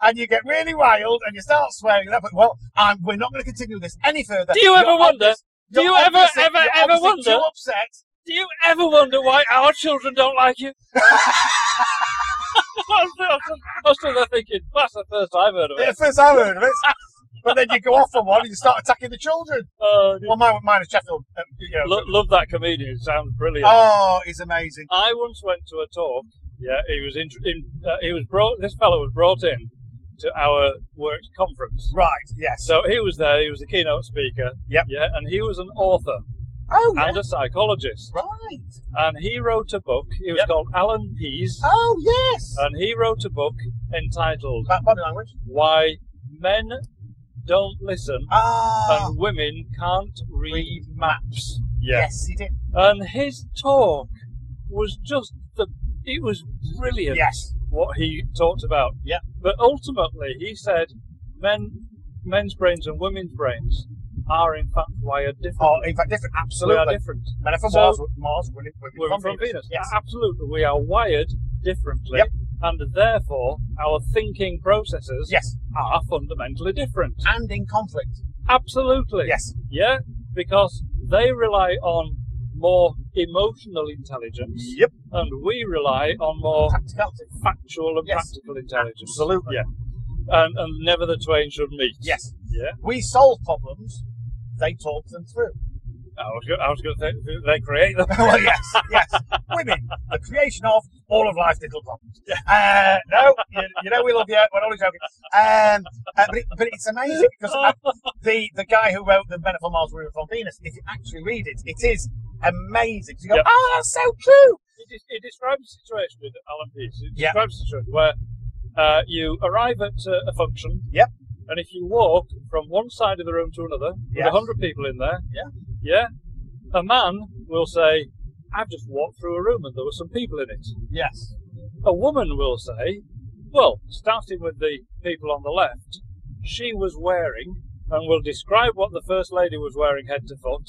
and you get really wild, and you start swearing. And that, but well, I'm, we're not going to continue this any further.
Do you ever wonder- do
you're
you ever,
obviously-
ever,
you're
ever
obviously Too
wonder?
upset.
Do you ever wonder why our children don't like
[LAUGHS]
you? I was still there thinking, that's the first I've heard of
Yeah,
it.
first I heard of it. But then you go off on one and you start attacking the children.
Uh,
Well, mine, mine is Sheffield. Um, you know,
lo- love that comedian, it sounds brilliant.
Oh, he's amazing.
I once went to a talk. Yeah, he was in. in uh, he was brought. This fellow was brought in to our works conference.
Right, yes.
So he was there. He was the keynote speaker.
Yep.
Yeah, and he was an author
Oh, yeah.
and a psychologist,
right.
and he wrote a book. It was
Yep.
called Alan Pease,
Oh, yes.
and he wrote a book entitled
About body language.
"Why Men Don't Listen
Ah,
and Women Can't Read Maps." um, Yeah.
yes, he did.
And his talk was just the. It was brilliant.
Yes.
what he talked about.
Yeah.
But ultimately, he said men, men's brains and women's brains are in fact wired
Oh,
differently.
in fact, different.
we are
Absolutely.
different.
Men are from
So-
Mars, Mars, women, women
We're from Venus. Ah,
Yes.
Absolutely. We are wired differently.
Yep.
And therefore, our thinking processes
Yes.
are fundamentally different.
And in conflict.
Absolutely.
Yes.
Yeah. Because they rely on more emotional intelligence,
Yep.
and we rely on more
Practicality.
factual and
Yes.
practical intelligence.
Absolutely.
Yeah. And, and never the twain should meet.
Yes.
Yeah.
We solve problems, they talk them through. [LAUGHS]
I was going. I was going to say they create them.
well, yes, yes. Women, the creation of all of life's little problems. Uh, no, you, you know we love you. We're only joking. Um, uh, but, it, but it's amazing because uh, the the guy who wrote the Men Are from Mars, Women Are from Venus. If you actually read it, it is amazing. You go,
Yep.
oh, that's so true.
He, de- he describes a situation with Alan Pease. He
Yeah.
describes a situation where uh, you arrive at uh, a function.
Yep.
And if you walk from one side of the room to another, with
Yes.
a hundred people in there.
Yeah.
Yeah. A man will say, "I've just walked through a room and there were some people in it."
Yes.
A woman will say, "Well, starting with the people on the left, she was wearing and will describe what the First Lady was wearing head to foot.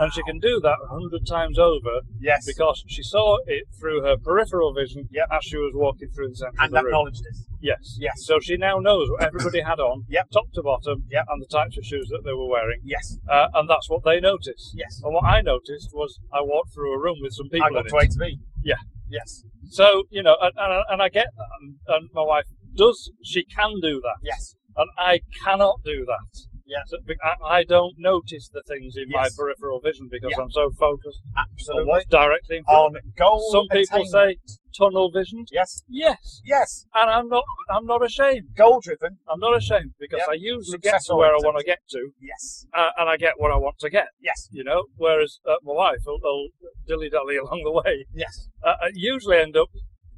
And she can do that a hundred times over
Yes.
because she saw it through her peripheral vision
Yep.
as she was walking through the centre of
and
the room.
acknowledged this.
Yes.
Yes.
So she now knows what
[COUGHS]
everybody had on,
Yep.
top to bottom,
Yep.
and the types of shoes that they were wearing.
Yes.
Uh, and that's what they noticed.
Yes.
And what I noticed was I walked through a room with some people
I got
in
to
it.
A to B.
Yeah.
Yes.
So, you know, and, and, and I get that. And, and my wife does, she can do that.
Yes.
And I cannot do that.
Yeah.
So, be- I, I don't notice the things in my
Yes.
peripheral vision because
Yeah.
I'm so focused on
Absolutely.
what's directly in front
On
of me.
goal.
Some people say
attainment.
tunnel vision.
Yes.
Yes.
Yes.
And I'm not, I'm not ashamed.
Goal driven.
I'm not ashamed because
Yeah.
I usually get to
Successful
where I
attempt.
want to get to,
Yes.
uh, and I get what I want to get.
Yes.
You know, whereas uh, my wife will, will dilly dally [LAUGHS] along the way.
Yes.
Uh, I usually end up,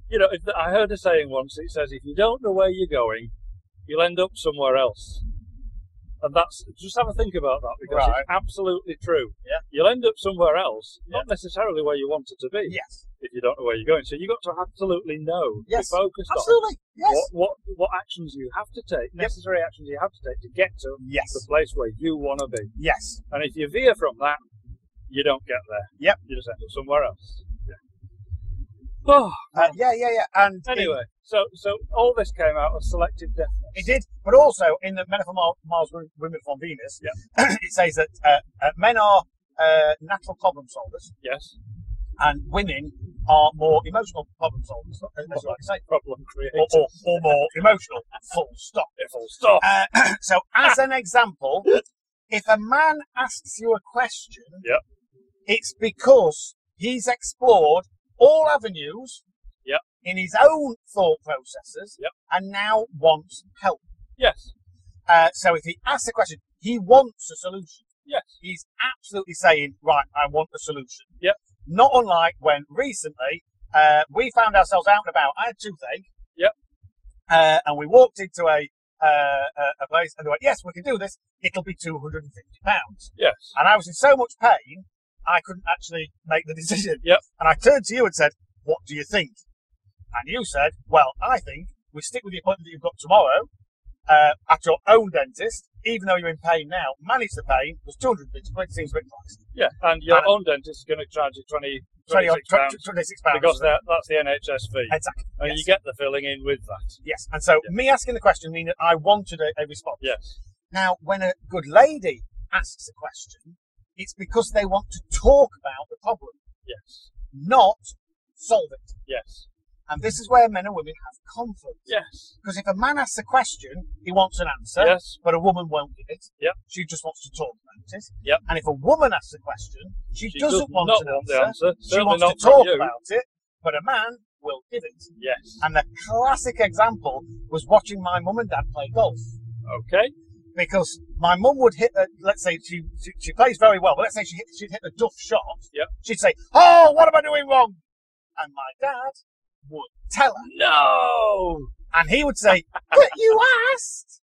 you know, if- I heard a saying once. It says, "If you don't know where you're going, you'll end up somewhere else." And that's just have a think about that because
Right.
it's absolutely true.
Yeah.
You'll end up somewhere else, not necessarily where you want it to be,
Yes.
if you don't know where you're going. So you've got to absolutely know,
Yes.
be focused on
Absolutely. Yes.
what, what what actions you have to take, necessary actions you have to take to get to the
Yes.
place where you want to be.
Yes.
And if you veer from that, you don't get there.
Yep.
You just end up somewhere else. Yeah. Oh,
Uh, yeah. Yeah. Yeah. And it-
[SIGHS] anyway, so so all this came out of selective deafness.
It did, but also in the Men are from Mar- Mars, Wo- Women from Venus, [CLEARS THROAT] it says that uh, uh, men are uh, natural problem solvers
Yes.
and women are more emotional problem solvers. That's what I say.
Problem created.
Or, or, or more emotional, full stop.
Full stop.
Uh, [CLEARS THROAT] so, as an example, if a man asks you a question,
Yep.
it's because he's explored all avenues
Yep.
in his own thought processes
Yep.
and now wants help.
Yes.
Uh, so if he asks a question, he wants a solution.
Yes.
He's absolutely saying, right, I want a solution.
Yep.
Not unlike when recently uh, we found ourselves out and about. I had toothache.
Yep.
Uh, and we walked into a uh, a- a place and they went, yes, we can do this. It'll be two hundred and fifty pounds.
Yes.
And I was in so much pain, I couldn't actually make the decision.
[LAUGHS] Yep.
And I turned to you and said, what do you think? And you said, well, I think we stick with the appointment that you've got tomorrow uh, at your own dentist, even though you're in pain now. Manage the pain. It was 250 quid, seems a bit pricey.
Yeah. And your
And-
own dentist is going to charge you 20,
20
26
tw-
pounds
tw- 26 pounds.
because that, that's the NHS fee.
Exactly.
and
yes.
you get the filling in with that.
Yes. And so
Yeah.
me asking the question means that I wanted a, a response.
Yes.
Now, when a good lady asks a question, it's because they want to talk about the problem,
Yes.
not solve it.
Yes.
And this is where men and women have conflict.
Yes.
Because if a man asks a question, he wants an answer,
Yes.
but a woman won't give it.
Yep.
She just wants to talk about it.
Yep.
And if a woman asks a question, she,
She
doesn't
does
want
not
an
want the
answer.
answer.
She
Certainly
wants
not
to talk
from you.
about it, but a man will give it.
Yes.
And the classic example was watching my mum and dad play golf.
Okay.
Because my mum would hit, a, let's say she, she she plays very well, but let's say she hit, she'd hit a duff shot.
Yep.
She'd say, "Oh, what am I doing wrong?" And my dad would tell her.
No.
And he would say, But you asked.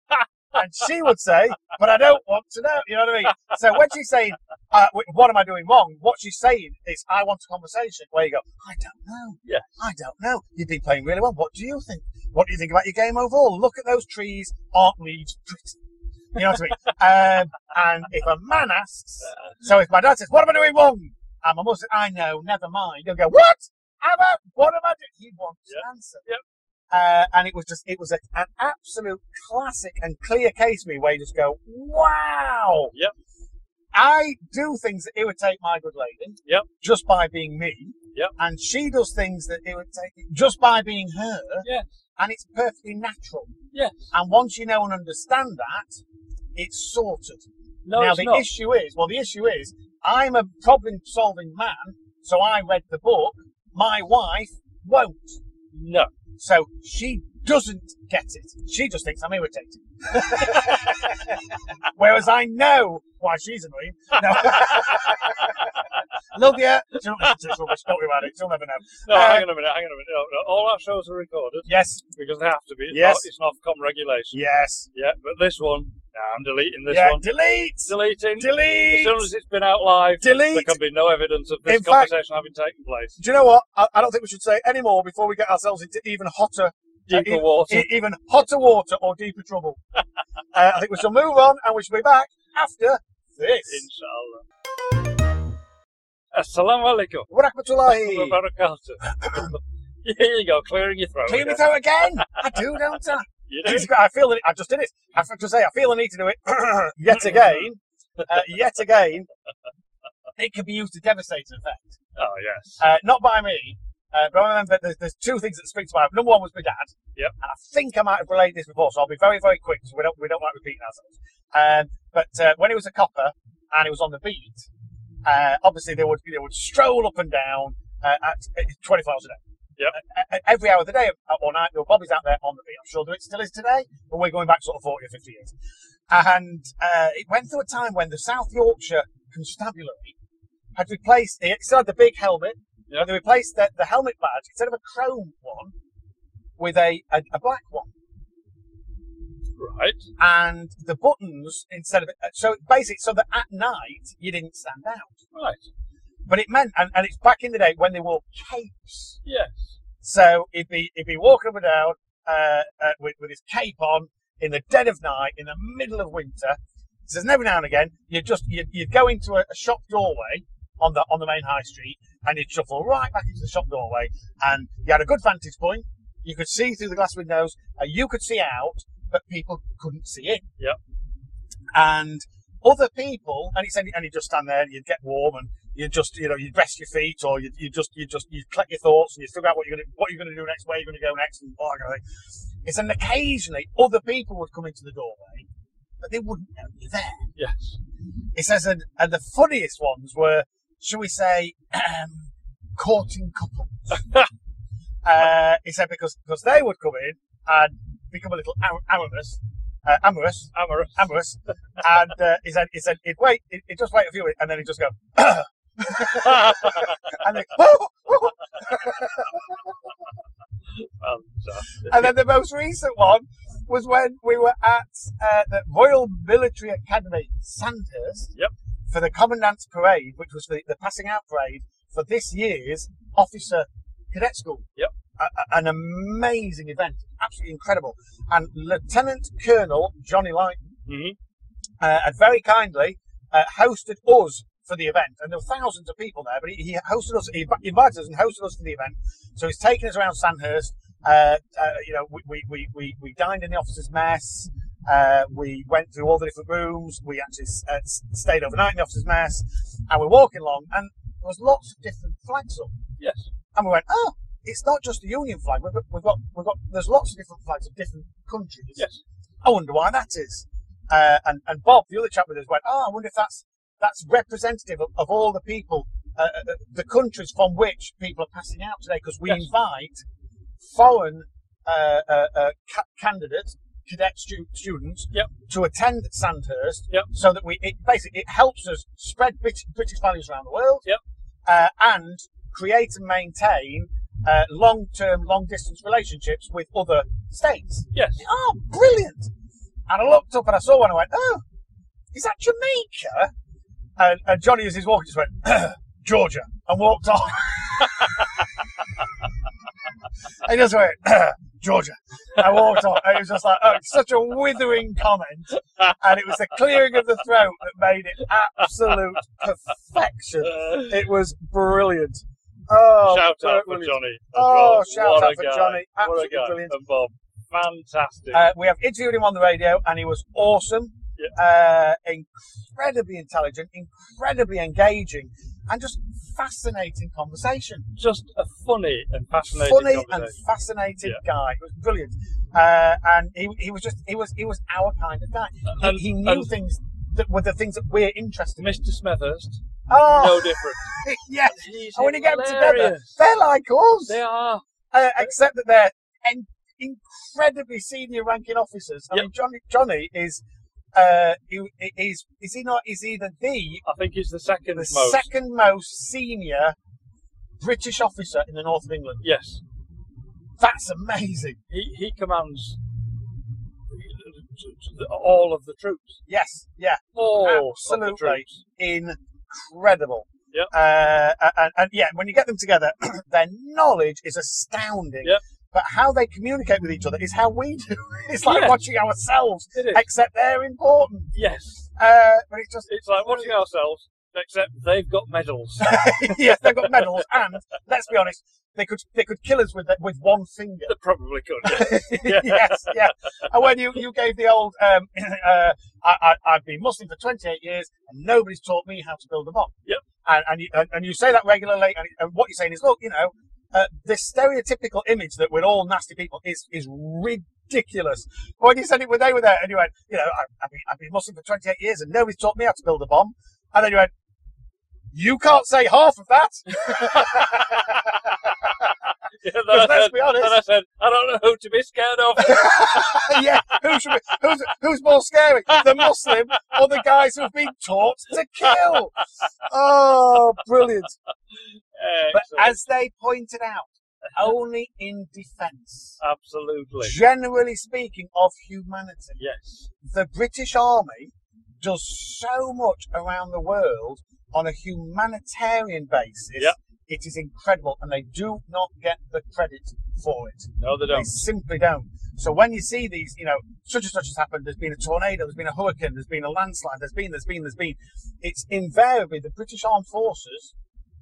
And she would say, But I don't want to know. You know what I mean? So when she's saying, uh, wh- What am I doing wrong? What she's saying is, I want a conversation where you go, I don't know.
Yeah.
I don't know. You've been playing really well. What do you think? What do you think about your game overall? Look at those trees. Aren't leaves pretty? You know what I mean? [LAUGHS] um, and if a man asks, so if my dad says, What am I doing wrong? And my mum says, I know, never mind. He'll go, What? How about, what am I doing? He wants an answer.
Yep.
Uh, and it was just, it was a, an absolute classic and clear case for me where you just go, wow.
Yep.
I do things that irritate my good lady.
Yep.
Just by being me.
Yep.
And she does things that irritate me just by being her.
Yes.
And it's perfectly natural.
Yes.
And once you know and understand that, it's sorted.
No,
now
it's
the
not.
issue is, well, the issue is, I'm a problem-solving man, so I read the book. My wife won't.
No.
So she doesn't get it. She just thinks I'm irritated. [LAUGHS] Whereas I know why she's annoying. No. [LAUGHS] Love you. She don't listen to this rubbish. Don't worry about it. She'll never know.
No,
Uh,
hang on a minute. Hang on a minute. No, no. All our shows are recorded
Yes.
because they have to be. It's
Yes.
Not, it's not com regulation.
Yes.
Yeah. But this one, nah, I'm deleting this
yeah.
one.
Delete.
Deleting. As
Delete.
soon as it's been out live, there
Delete.
can be no evidence of this
In fact-
conversation having taken place.
Do you know what? I, I don't think we should say any more before we get ourselves into even hotter
Deeper
e-
water.
e- even hotter water or deeper
[LAUGHS]
trouble. uh, I think we shall move on and we shall be back after this.
Inshallah. Assalamu alaikum.
Wa rahmatullahi. [COUGHS]
Wa barakatuh. Here you go, clearing your throat.
Clean me
again.
throat again. I do, don't [LAUGHS] I?
You do.
It's great. I feel the, I just did it. I have to say, I feel the need to do it [CLEARS THROAT] yet again. Uh, yet again. It can be used to devastate an effect.
Oh, yes.
Uh, not by me, uh, but I remember there's, there's two things that speak to my Number one was my dad.
Yep.
And I think I might have relayed this before, so I'll be very, very quick so we don't, we don't like repeating ourselves. Um, but uh, when he was a copper and he was on the beat, uh, obviously they would, they would stroll up and down uh, at uh, 24 hours a day e- every hour of the day or night, your Bobby's out there on the beat. I'm sure that it still is today, but we're going back sort of 40 or 50 years. And uh, it went through a time when the South Yorkshire Constabulary had replaced, they still had the big helmet,
Yeah.
and they replaced the, the helmet badge, instead of a chrome one, with a, a, a black one.
Right.
And the buttons, instead of, uh, so basically, so that at night you didn't stand out.
Right.
But it meant, and, and it's back in the day when they wore capes.
Yes.
So he'd be he'd be walking up and down uh, uh, with, with his cape on in the dead of night, in the middle of winter. He says, and every now and again, you'd just you'd, you'd go into a, a shop doorway on the on the main high street, and you'd shuffle right back into the shop doorway, and you had a good vantage point. You could see through the glass windows, uh, you could see out, but people couldn't see in.
Yep.
And other people, and he said, and you just stand there, and you'd get warm, and you just you know you rest your feet or you, you just you just you collect your thoughts and you figure out what you're gonna what you're gonna do next, where you're gonna go next, and all that kind of thing. It's and occasionally other people would come into the doorway, but they wouldn't know you're there.
Yes.
It says and, and the funniest ones were, shall we say, um, courting couples. uh, he said because because they would come in and become a little am- amorous, uh, amorous,
Amorous.
amorous, and uh, he said he said he'd wait, he'd, he'd just wait a few minutes, and then he'd just go. [COUGHS] [LAUGHS] and they,
Fantastic.
[LAUGHS] and then the most recent one was when we were at uh, the Royal Military Academy Sandhurst
Yep.
for the Commandant's Parade, which was the, the passing out parade for this year's Officer Cadet School.
Yep.
A, a- an amazing event, absolutely incredible. And Lieutenant Colonel Johnny Light
Mhm.
uh, had very kindly uh, hosted us for the event. And there were thousands of people there, but he, he hosted us, he invi- invited us and hosted us for the event. So he's taken us around Sandhurst. Uh, uh, you know, we, we, we, we, we dined in the officers' mess. Uh, we went through all the different rooms. We actually uh, s- stayed overnight in the officers' mess. And we're walking along, and there was lots of different flags up.
Yes.
And we went, oh, it's not just the Union flag. We've got, we've got, we've got there's lots of different flags of different countries.
Yes.
I wonder why that is. Uh, and, and Bob, the other chap with us, went, oh, I wonder if that's that's representative of, of all the people, uh, uh, the countries from which people are passing out today, because we
Yes.
invite foreign uh, uh, uh, ca- candidates, cadet stu- students,
Yep.
to attend Sandhurst,
Yep.
so that we it, basically it helps us spread British, British values around the world,
Yep.
uh, and create and maintain uh, long-term, long-distance relationships with other states.
Yes.
Oh, brilliant! And I looked up and I saw one. I went, "Oh, is that Jamaica?" And, and Johnny, as he's walking, just went, [CLEARS THROAT] "Georgia," and walked on. and [LAUGHS] he just went, [CLEARS THROAT] "Georgia," and walked on. And it was just like, "Oh, it's such a withering comment." And it was the clearing of the throat that made it absolute perfection.
Uh,
It was brilliant. Oh,
shout out for
brilliant.
Johnny. as
Oh,
well.
shout
What a
out for
guy.
Johnny.
What a
Absolutely
guy.
brilliant.
And Bob. Fantastic.
Uh, we have interviewed him on the radio, and he was awesome. Uh, incredibly intelligent, incredibly engaging, and just fascinating conversation.
Just a funny and fascinating
Funny and
conversation.
fascinating guy. It was brilliant, uh, and he, he was just he was he was our kind of guy. He,
And-
he knew
and-
things that were the things that we're interested in.
Mr. Smethurst, no
Oh,
different.
[LAUGHS] yes.
He's
And when you get them together,
hilarious.
they're like us.
They are.
Uh, except that they're en- incredibly senior ranking officers. I
Yep.
mean, Johnny, Johnny is, uh, he, he- he's, is he not, is either the,
I think he's the second
the
most.
second most senior British officer in the north of England.
yes.
That's amazing.
He, he commands all of the troops.
Yes, yeah,
All of the
Absolutely.
troops.
incredible.
Yep.
[CLEARS THROAT] Uh, and, and yeah, when you get them together, their knowledge is astounding.
Yep.
But how they communicate with each other is how we do. [LAUGHS] It's like
Yeah.
watching ourselves,
It is.
except they're important.
Yes.
Uh, but it's just
It's like watching ourselves, except they've got medals. [LAUGHS]
[LAUGHS] yes, they've got medals, and let's be honest, they could they could kill us with the, with one finger. [LAUGHS]
they probably could. yeah.
yes, yeah. And when you, you gave the old, um, [CLEARS THROAT] uh, I, I, I've been Muslim for 28 years and nobody's taught me how to build a mosque.
Yep.
And, and, you, and, and you say that regularly, and, and what you're saying is, look, you know, uh, this stereotypical image that we're all nasty people is is ridiculous. When you said it when they were there, and you went, you know, I, I've, been, I've been Muslim for 28 years and nobody's taught me how to build a bomb. And then you went, you can't say half of that.
Yeah, then, I
let's
said,
be honest.
then I said, I don't know who to be scared [LAUGHS] of.
[LAUGHS] yeah, who should be, who's, who's more scary, the Muslim or the guys who've been taught to kill? Oh,
[LAUGHS]
brilliant. But
Excellent.
as they pointed out, only in defence,
Absolutely.
generally speaking, of humanity.
Yes.
The British Army does so much around the world on a humanitarian basis.
Yep.
It is incredible, and they do not get the credit for it.
No, they
They
don't.
simply don't. So when you see these, you know, such and such has happened, there's been a tornado, there's been a hurricane, there's been a landslide, there's been, there's been, there's been. It's invariably the British Armed Forces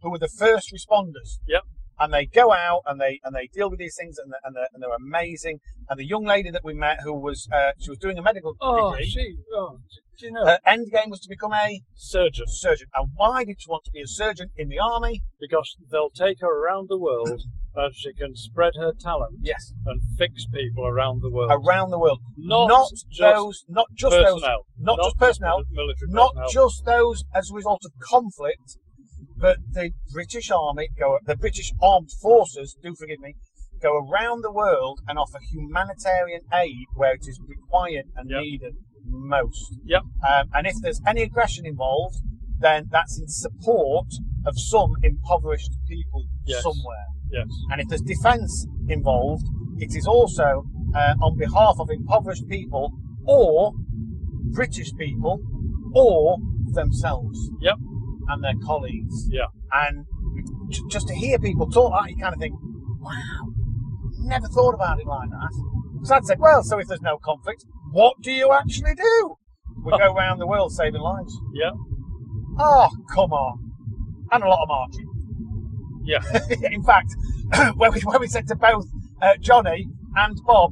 who are the first responders.
Yep.
And they go out and they and they deal with these things and they're, and they're, and they're amazing. And the young lady that we met who was uh, she was doing a medical
Oh,
degree.
she. Oh, do you know?
Her end game was to become a
surgeon.
surgeon. And why did she want to be a surgeon in the army?
Because they'll take her around the world and she can spread her talent
Yes,
and fix people around the world.
around the world.
Not just
those, not just
personnel.
those, not just personnel,
Military
not
personnel.
just those as a result of conflict, but the British Army go, the British Armed Forces, do forgive me, go around the world and offer humanitarian aid where it is required and
Yep.
needed most.
Yep.
Um, and if there's any aggression involved, then that's in support of some impoverished people
Yes.
somewhere.
Yes.
And if there's defence involved, it is also uh, on behalf of impoverished people or British people or themselves
Yep.
and their colleagues.
Yeah.
And j- just to hear people talk like that, you kind of think, wow, never thought about it like that. Because I'd say, well, so if there's no conflict, what do you actually do? We go round the world saving lives.
Yeah.
Oh, come on. And a lot of marching.
Yeah.
[LAUGHS] in fact, [CLEARS THROAT] when we, when we said to both uh, Johnny and Bob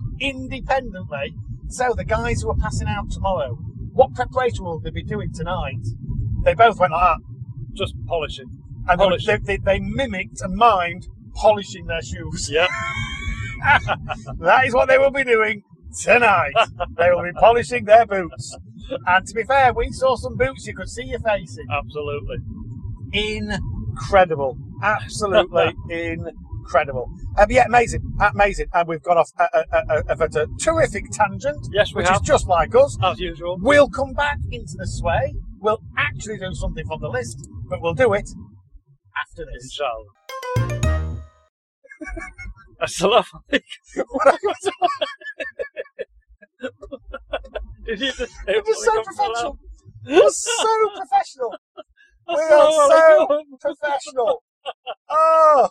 independently, so the guys who are passing out tomorrow, what preparation will they be doing tonight? They both went like
Just polishing.
that, and they were-
Polish.
they, they, they mimicked and mimed polishing their shoes.
Yeah.
That is what they will be doing tonight. they will be polishing their boots. And to be fair, we saw some boots you could see your face in.
Absolutely.
incredible,
[LAUGHS]
absolutely incredible. Uh, but yeah, amazing, amazing. And we've gone off a, a, a, a, a, a terrific tangent,
Yes, we
which
have.
is just like us.
As usual.
We'll come back into the sway. We'll actually do something from the list, but we'll do it after this.
Inshallah. [LAUGHS] Assalamu [LAUGHS] Did you just say
It was so
walaikum salam?
professional. It was so professional. We are so
Assalamualaikum.
professional. Oh,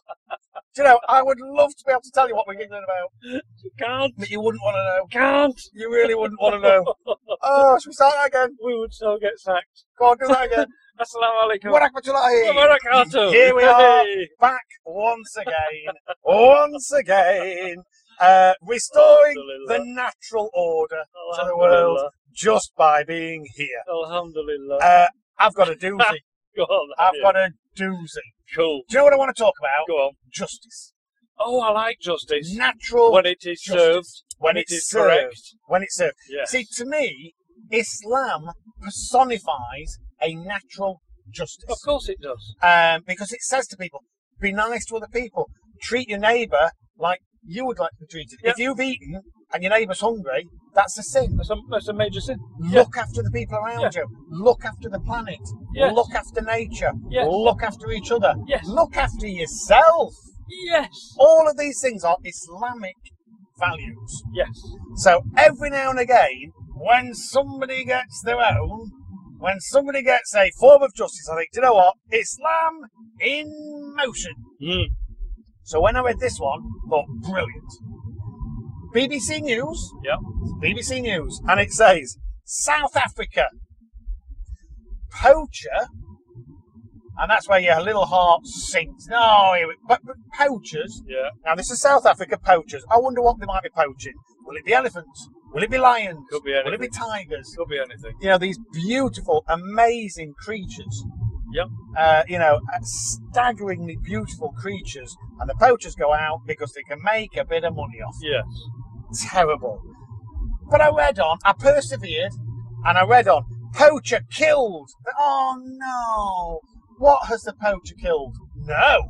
do you know, I would love to be able to tell you what we're giggling about,
Can't.
but you wouldn't want to know.
Can't.
You really wouldn't want to
[LAUGHS]
know. Oh, should we start that again?
We would so get sacked.
Go on, do that again.
Assalamu alaikum.
What Rahmatullahi.
Wabarakatuh.
Here we are.
Hey.
Back once again, once again, uh, restoring the natural order to the world just by being here.
Alhamdulillah.
Uh, I've got a
[LAUGHS]
doozy.
Go on,
I've
Andy.
got a doozy.
Cool.
Do you know what I want to talk about?
Go on.
Justice.
Oh, I like justice.
Natural
when it is
justice.
served.
when
it
it's
is
served.
correct.
When it's served.
Yes.
See, to me, Islam personifies a natural justice.
Of course it does.
um, because it says to people, be nice to other people, treat your neighbour like you would like to be treated.
Yeah.
If you've eaten and your neighbour's hungry, that's a sin.
That's a, that's a major sin. Yeah.
Look after the people around you. Look after the planet.
Yes.
Look after nature.
Yes.
Look after each other.
Yes.
Look after yourself.
Yes.
All of these things are Islamic values.
Yes.
So every now and again, when somebody gets their own, when somebody gets a form of justice, I think, "Do you know what? Islam in motion.
Mm.
So when I read this one, thought brilliant. BBC News,
Yep.
BBC News, and it says South Africa poacher, and that's where your little heart sinks. No, here we- but, but poachers.
Yeah.
Now this is South Africa poachers. I wonder what they might be poaching. Will it be elephants? Will it be lions?
Could be
Will it be
anything.
tigers?
Could be anything.
You know these beautiful, amazing creatures.
Yep.
Uh, you know, staggeringly beautiful creatures, and the poachers go out because they can make a bit of money off
Yes.
terrible. But I read on, I persevered, and I read on, poacher killed. Oh no. What has the poacher killed? No.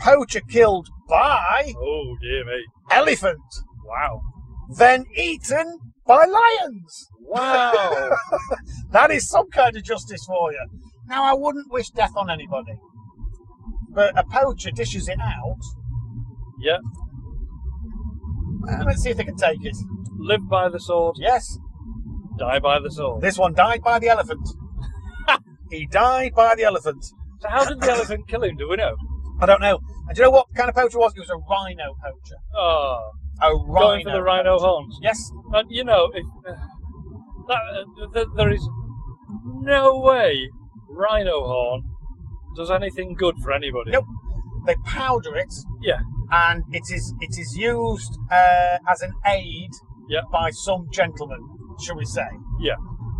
Poacher killed by
Oh dear me.
elephant,
Wow.
then eaten by lions.
Wow.
[LAUGHS] That is some kind of justice for you. Now, I wouldn't wish death on anybody, but a poacher dishes it out.
yeah.
and Uh, Let's see if they can take it.
Live by the sword.
Yes,
Die by the sword.
This one died by the elephant. [LAUGHS] he died by the elephant.
So how did the elephant kill him? Do we know?
I don't know. And do you know what kind of poacher it was? It was a rhino poacher.
Oh,
A rhino.
going for the rhino
poacher.
horns.
Yes.
And you know, if, uh, that, uh, th- there is no way rhino horn does anything good for anybody.
Nope. They powder it,
Yeah.
and it is it is used uh, as an aid
Yep.
by some gentlemen, shall we say?
Yeah.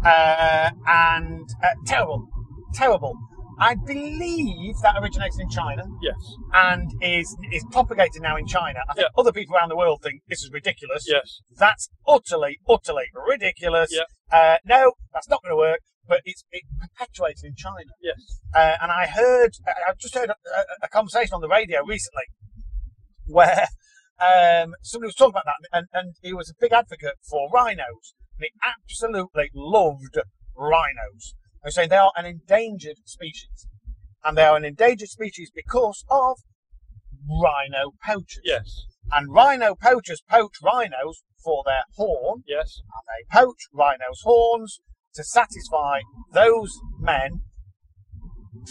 Uh, and uh, terrible, terrible. I believe that originated in China.
Yes.
and is is propagated now in China. I think
Yeah.
other people around the world think this is ridiculous.
Yes.
That's utterly, utterly ridiculous.
Yeah.
Uh, no, that's not going to work. But it's it perpetuated in China.
Yes.
Uh, and I heard, I- I've just heard a, a, a conversation on the radio recently where um, somebody was talking about that, and, and he was a big advocate for rhinos, and he absolutely loved rhinos. They say they are an endangered species, and they are an endangered species because of rhino poachers.
Yes.
And rhino poachers poach rhinos for their horn,
Yes.
and they poach rhinos' horns to satisfy those men,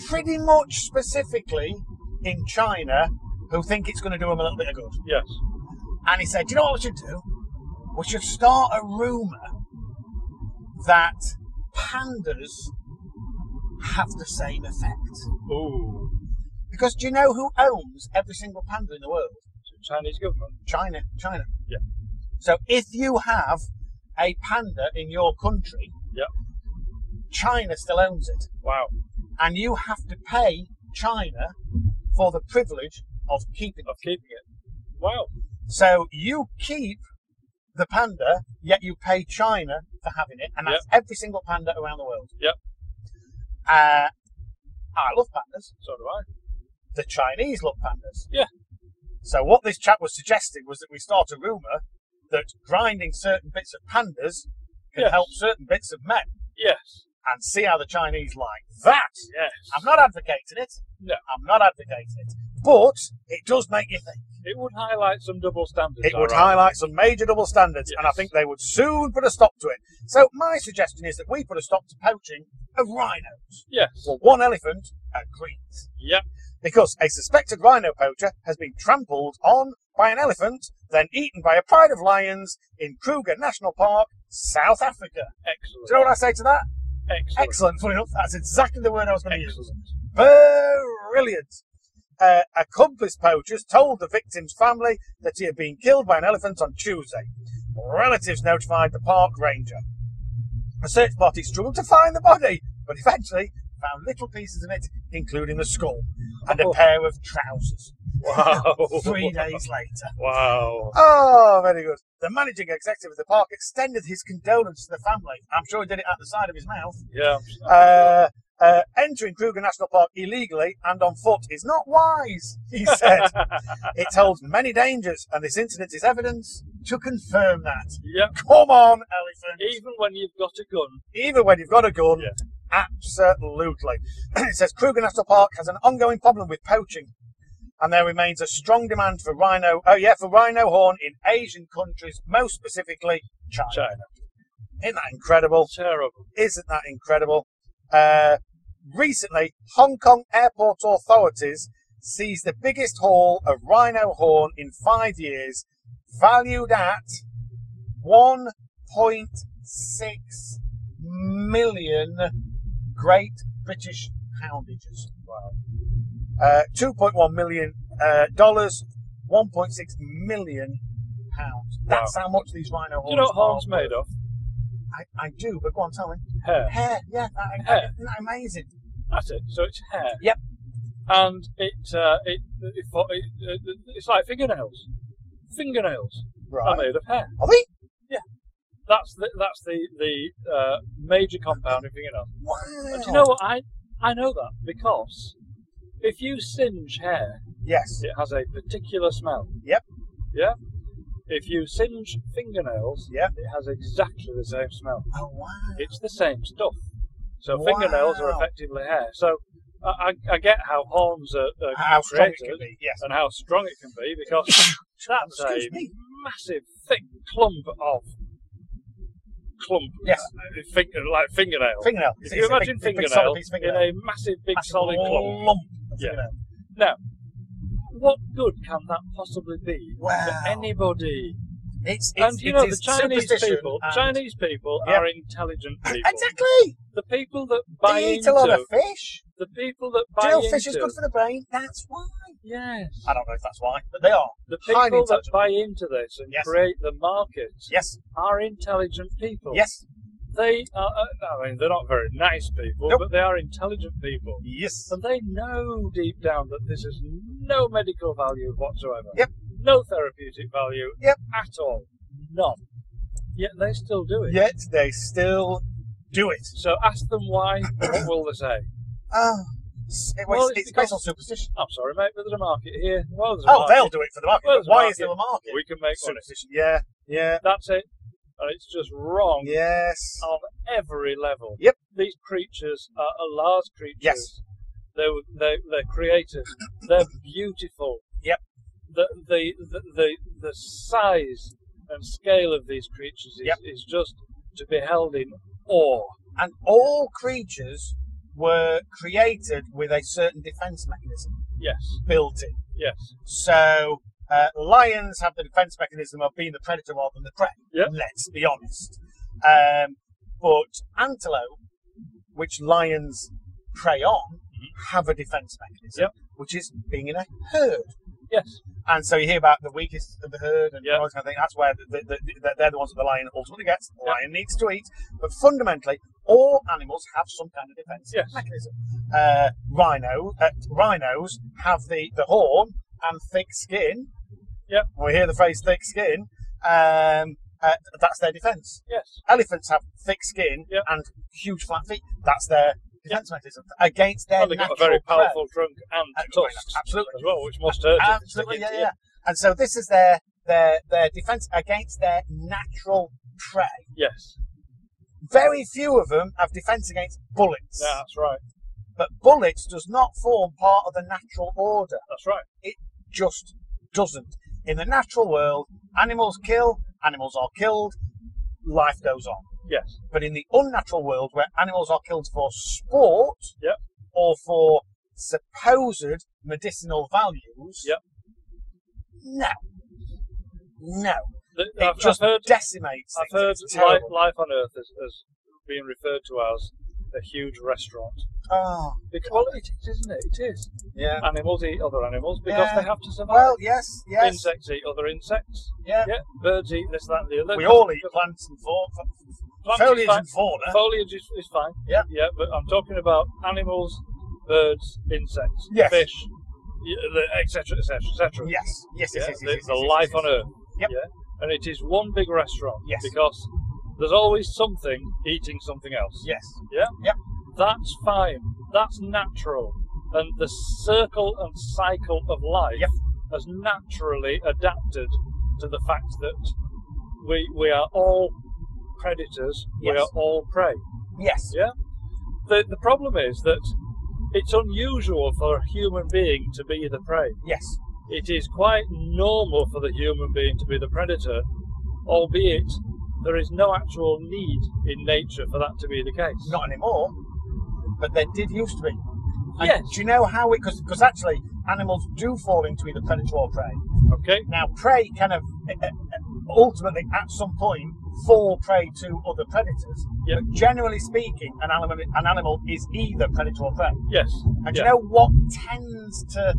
pretty much specifically in China, who think it's going to do them a little bit of good.
Yes.
And he said, Do you know what we should do? We should start a rumour that pandas have the same effect.
Ooh.
Because do you know who owns every single panda in the world?
So Chinese government.
China, China.
Yeah.
So if you have a panda in your country,
Yeah.
China still owns it,
Wow.
and you have to pay China for the privilege of keeping
Of
it.
keeping it. Wow.
So you keep the panda, yet you pay China for having it, and that's every single panda around the world.
Yep.
Uh, I love pandas.
So do I.
The Chinese love pandas.
Yeah.
So what this chap was suggesting was that we start a rumor that grinding certain bits of pandas can
Yes.
help certain bits of men,
Yes.
and see how the Chinese like that.
Yes.
I'm not advocating it.
No.
I'm not advocating it. But it does make you think.
It would highlight some double standards.
It would
alright.
highlight some major double standards, and I
Yes.
think they would soon put a stop to it. So my suggestion is that we put a stop to poaching of rhinos.
Yes.
Well, one elephant agrees.
Yep.
Because a suspected rhino poacher has been trampled on by an elephant, then eaten by a pride of lions in Kruger National Park, South Africa.
Excellent.
Do you know what I say to that?
Excellent.
Excellent. Funny enough, that's exactly the word I was going to use.
Excellent.
Brilliant. Uh, accomplice poachers told the victim's family that he had been killed by an elephant on Tuesday. Relatives notified the park ranger. A search party struggled to find the body, but eventually found little pieces of it, including the skull and a
Oh.
pair of trousers.
Wow.
[LAUGHS] Three days later.
Wow.
Oh, very good. The managing executive of the park extended his condolences to the family. I'm sure he did it at the side of his mouth
Yeah.
uh, uh, entering Kruger National Park illegally and on foot is not wise,
[LAUGHS]
he said. it holds many dangers, and this incident is evidence to confirm that.
yeah.
Come on, elephant.
Even when you've got a gun,
Even when you've got a gun,
Yeah.
absolutely. [CLEARS THROAT] it says Kruger National Park has an ongoing problem with poaching. And there remains a strong demand for rhino, oh yeah, for rhino horn in Asian countries, most specifically China.
China.
Isn't that incredible?
Terrible.
Isn't that incredible? Uh, recently, Hong Kong airport authorities seized the biggest haul of rhino horn in five years valued at 1.6 million Great British Poundages. Wow. Uh, 2.1 million uh, dollars, 1.6 million pounds. That's how much these rhino horns
Do you know what
are
horn's made of?
worth. I, I do, but go on, tell me.
Hair.
Hair, yeah, that,
Hair.
isn't that amazing.
That's it. So it's hair.
Yep.
And it, uh, it, it, fo- it, it it's like fingernails. Fingernails are made of hair.
Are they?
That's the that's the the uh, major compound in fingernails.
Wow.
And do you know what? I I know that because if you singe hair,
Yes.
it has a particular smell.
Yep.
Yeah. If you singe fingernails,
Yeah.
it has exactly the same smell.
Oh, wow.
It's the same stuff. So fingernails are
Wow.
effectively hair. So I, I, I get how horns are, are
How strong it can
created
be, yes.
and how strong it can be
[COUGHS]
because that's
Excuse
a
me.
massive thick clump of clump,
Yes.
uh, fing- like fingernail.
Fingernail.
If
It's-
you
it's a
imagine
big- big, big solid
fingernail
piece of
in
fingernail.
a massive, big,
Massive
solid clump,
lump of
Yeah.
fingernail.
what good can that possibly be
Wow.
to anybody?
It's, it's,
and you
it
know, the
is
Chinese
superstition
people,
and- [LAUGHS]
Chinese people
Yeah.
are intelligent people.
Exactly.
The people that buy
They eat
into
a lot of fish.
the people that buy
Dill
into
fish is good for the brain. That's why.
yes,
I don't know if that's why, but they are.
the
highly
people that
intelligent.
buy into this and
Yes.
create the market
Yes.
are intelligent people.
Yes.
They are, uh, I mean, they're not very nice people,
Nope.
but they are intelligent people.
Yes.
And they know deep down that this is no medical value whatsoever.
Yep.
No therapeutic value
Yep.
at all. None. Yet they still do it.
Yet they still do it.
So ask them why, what will they say?
Oh. It's, it-
Well,
it's,
it's
it's based
because-
on superstition.
I'm sorry, mate, but there's a market here. Well, there's a
Oh,
market.
they'll do it for the market.
Well,
but
there's a
why is there a
market.
market?
We can make money.
Superstition. Yeah. Yeah.
That's it. And it's just wrong
Yes.
on every level.
Yep.
These creatures are, are large creatures.
Yes.
They're, they they're creative. They're beautiful.
Yep.
The, the, the, the, the size and scale of these creatures is,
Yep.
is just to be held in awe.
And all creatures were created with a certain defense mechanism
Yes.
built in.
Yes.
So uh, lions have the defense mechanism of being the predator rather than the prey.
Yep.
Let's be honest. Um, but antelope, which lions prey on, have a defense mechanism,
Mm-hmm. Yep.
which is being in a herd.
Yes.
And so you hear about the weakest of the herd and
Yep.
all this kind of thing. That's where the, the, the, they're the ones that the lion ultimately gets. The
Yep.
lion needs to eat. But fundamentally, all animals have some kind of defense
Yes.
mechanism. Uh, rhino, uh, rhinos have the, the horn and thick skin.
Yep.
We hear the phrase thick skin. Um, uh, that's their defense.
Yes.
Elephants have thick skin
Yep.
and huge flat feet. That's their defense mechanism against their
And Oh, they've got a
natural
very
prey.
powerful trunk and
Uh,
tusks
absolutely.
as well, which must hurt. if they stick
Absolutely,
it
yeah,
to
yeah.
you.
And so this is their their their defense against their natural prey.
Yes.
Very few of them have defense against bullets,
Yeah, that's right.
but bullets does not form part of the natural order.
That's right.
Just doesn't. In the natural world, animals kill, animals are killed, life goes on.
Yes.
But in the unnatural world, where animals are killed for sport
Yep.
or for supposed medicinal values,
Yep.
no, no,
The-
it
I've- I've
just
heard-
decimates.
I've heard
things. It's
life,
terrible.
life on Earth as, as being referred to as a huge restaurant.
Oh,
Because, well, it is, isn't it? It is.
yeah.
Animals eat other animals because
Yeah.
they have to survive.
Well, yes, yes,
Insects eat other insects.
yeah.
Yeah, birds eat this, that, and the other.
We all eat plants and fauna,
Plants is
foliage
fine.
and fauna.
Foliage is, is fine.
Yeah.
Yeah, but I'm talking about animals, birds, insects,
Yes.
fish, etc., etc., etc.
yes, yes,
Yeah,
yes, yes, yes,
the,
yes,
the
yes,
life
yes,
on
yes.
Earth.
Yep.
Yeah, and it is one big restaurant.
Yes.
Because there's always something eating something else.
Yes,
Yeah.
Yep.
That's fine. That's natural. And the circle and cycle of life
Yep.
has naturally adapted to the fact that we we are all predators. We
Yes.
are all prey.
yes,
Yeah. The the problem is that it's unusual for a human being to be the prey
yes,
it is quite normal for the human being to be the predator, albeit there is no actual need in nature for that to be the case.
not anymore, but they did used to be. And
Yes.
Do you know how it? Because actually, animals do fall into either predator or prey.
Okay.
Now, prey kind of uh, ultimately at some point fall prey to other predators.
Yep.
But generally speaking, an animal an animal is either predator or prey.
Yes.
And do
yeah.
you know what tends to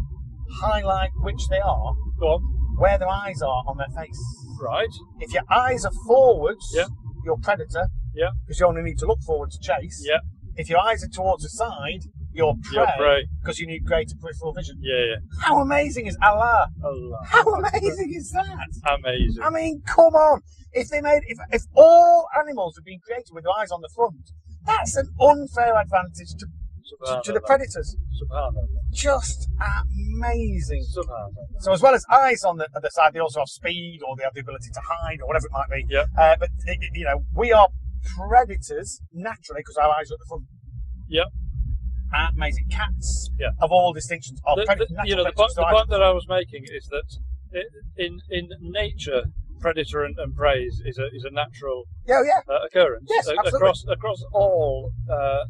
highlight which they are?
Go on.
Where their eyes are on their face.
Right.
If your eyes are forwards,
Yeah.
you're predator
Yeah.
because you only need to look forward to chase.
Yeah.
If your eyes are towards the side, you're
You're
prey
prey.
because you need greater peripheral vision.
Yeah. yeah.
How amazing is Allah?
Allah.
How amazing is that?
Amazing.
I mean, come on. If they made if, if all animals had been created with eyes on the front, that's an unfair advantage to, to, to the
Subhanallah.
predators.
Subhanallah.
Just amazing.
Subhanallah.
So as well as eyes on the other side, they also have speed or they have the ability to hide or whatever it might be.
Yeah.
Uh, but i- i- you know, we are predators naturally because our eyes are at the front.
Yep.
Uh, amazing. Cats
Yeah.
of all distinctions are
The-
predators.
the-
natural
you know, the point,
predators,
the
so I-
point that I was making is that i in in nature, predator and, and prey is is a, is a natural
Yeah, Oh, yeah.
uh, occurrence
Yes,
a-
absolutely.
across across all uh, uh,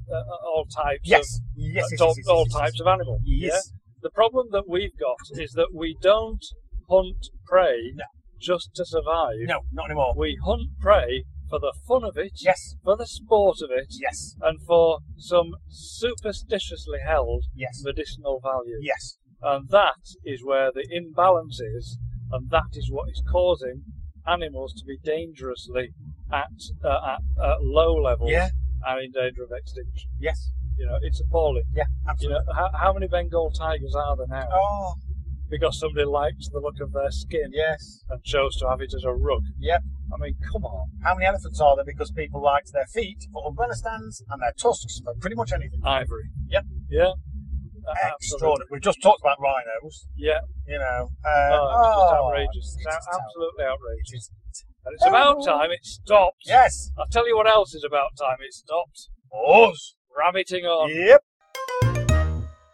all types.
Yes.
Of,
Yes, yes,
uh,
yes,
all,
yes,
all
yes, yes.
types of animal.
Yes.
yeah? The problem that we've got is that we don't hunt prey
No.
just to survive.
No, not anymore.
We hunt prey for the fun of it,
Yes.
for the sport of it,
Yes.
and for some superstitiously held
Yes.
medicinal value.
Yes.
And that is where the imbalance is, and that is what is causing animals to be dangerously at, uh, at, at low levels
Yeah.
and in danger of extinction.
Yes.
You know, it's appalling.
Yeah.
You
Absolutely.
know, how, how many Bengal tigers are there now?
Oh.
Because somebody liked the look of their skin
Yes.
and chose to have it as a rug.
Yep.
I mean, come on.
How many elephants are there because people liked their feet for umbrella stands and their tusks for pretty much anything?
Ivory.
Yep.
Yeah. Uh,
Extraordinary. We've just talked about rhinos,
Yeah.
you know. Uh,
Oh,
oh,
it's just outrageous. It's,
just outrageous.
absolutely outrageous.
It is-
And it's about
Oh.
time it stopped.
Yes.
I'll tell you what else is about time it stopped.
Us.
Rabbiting on.
Yep.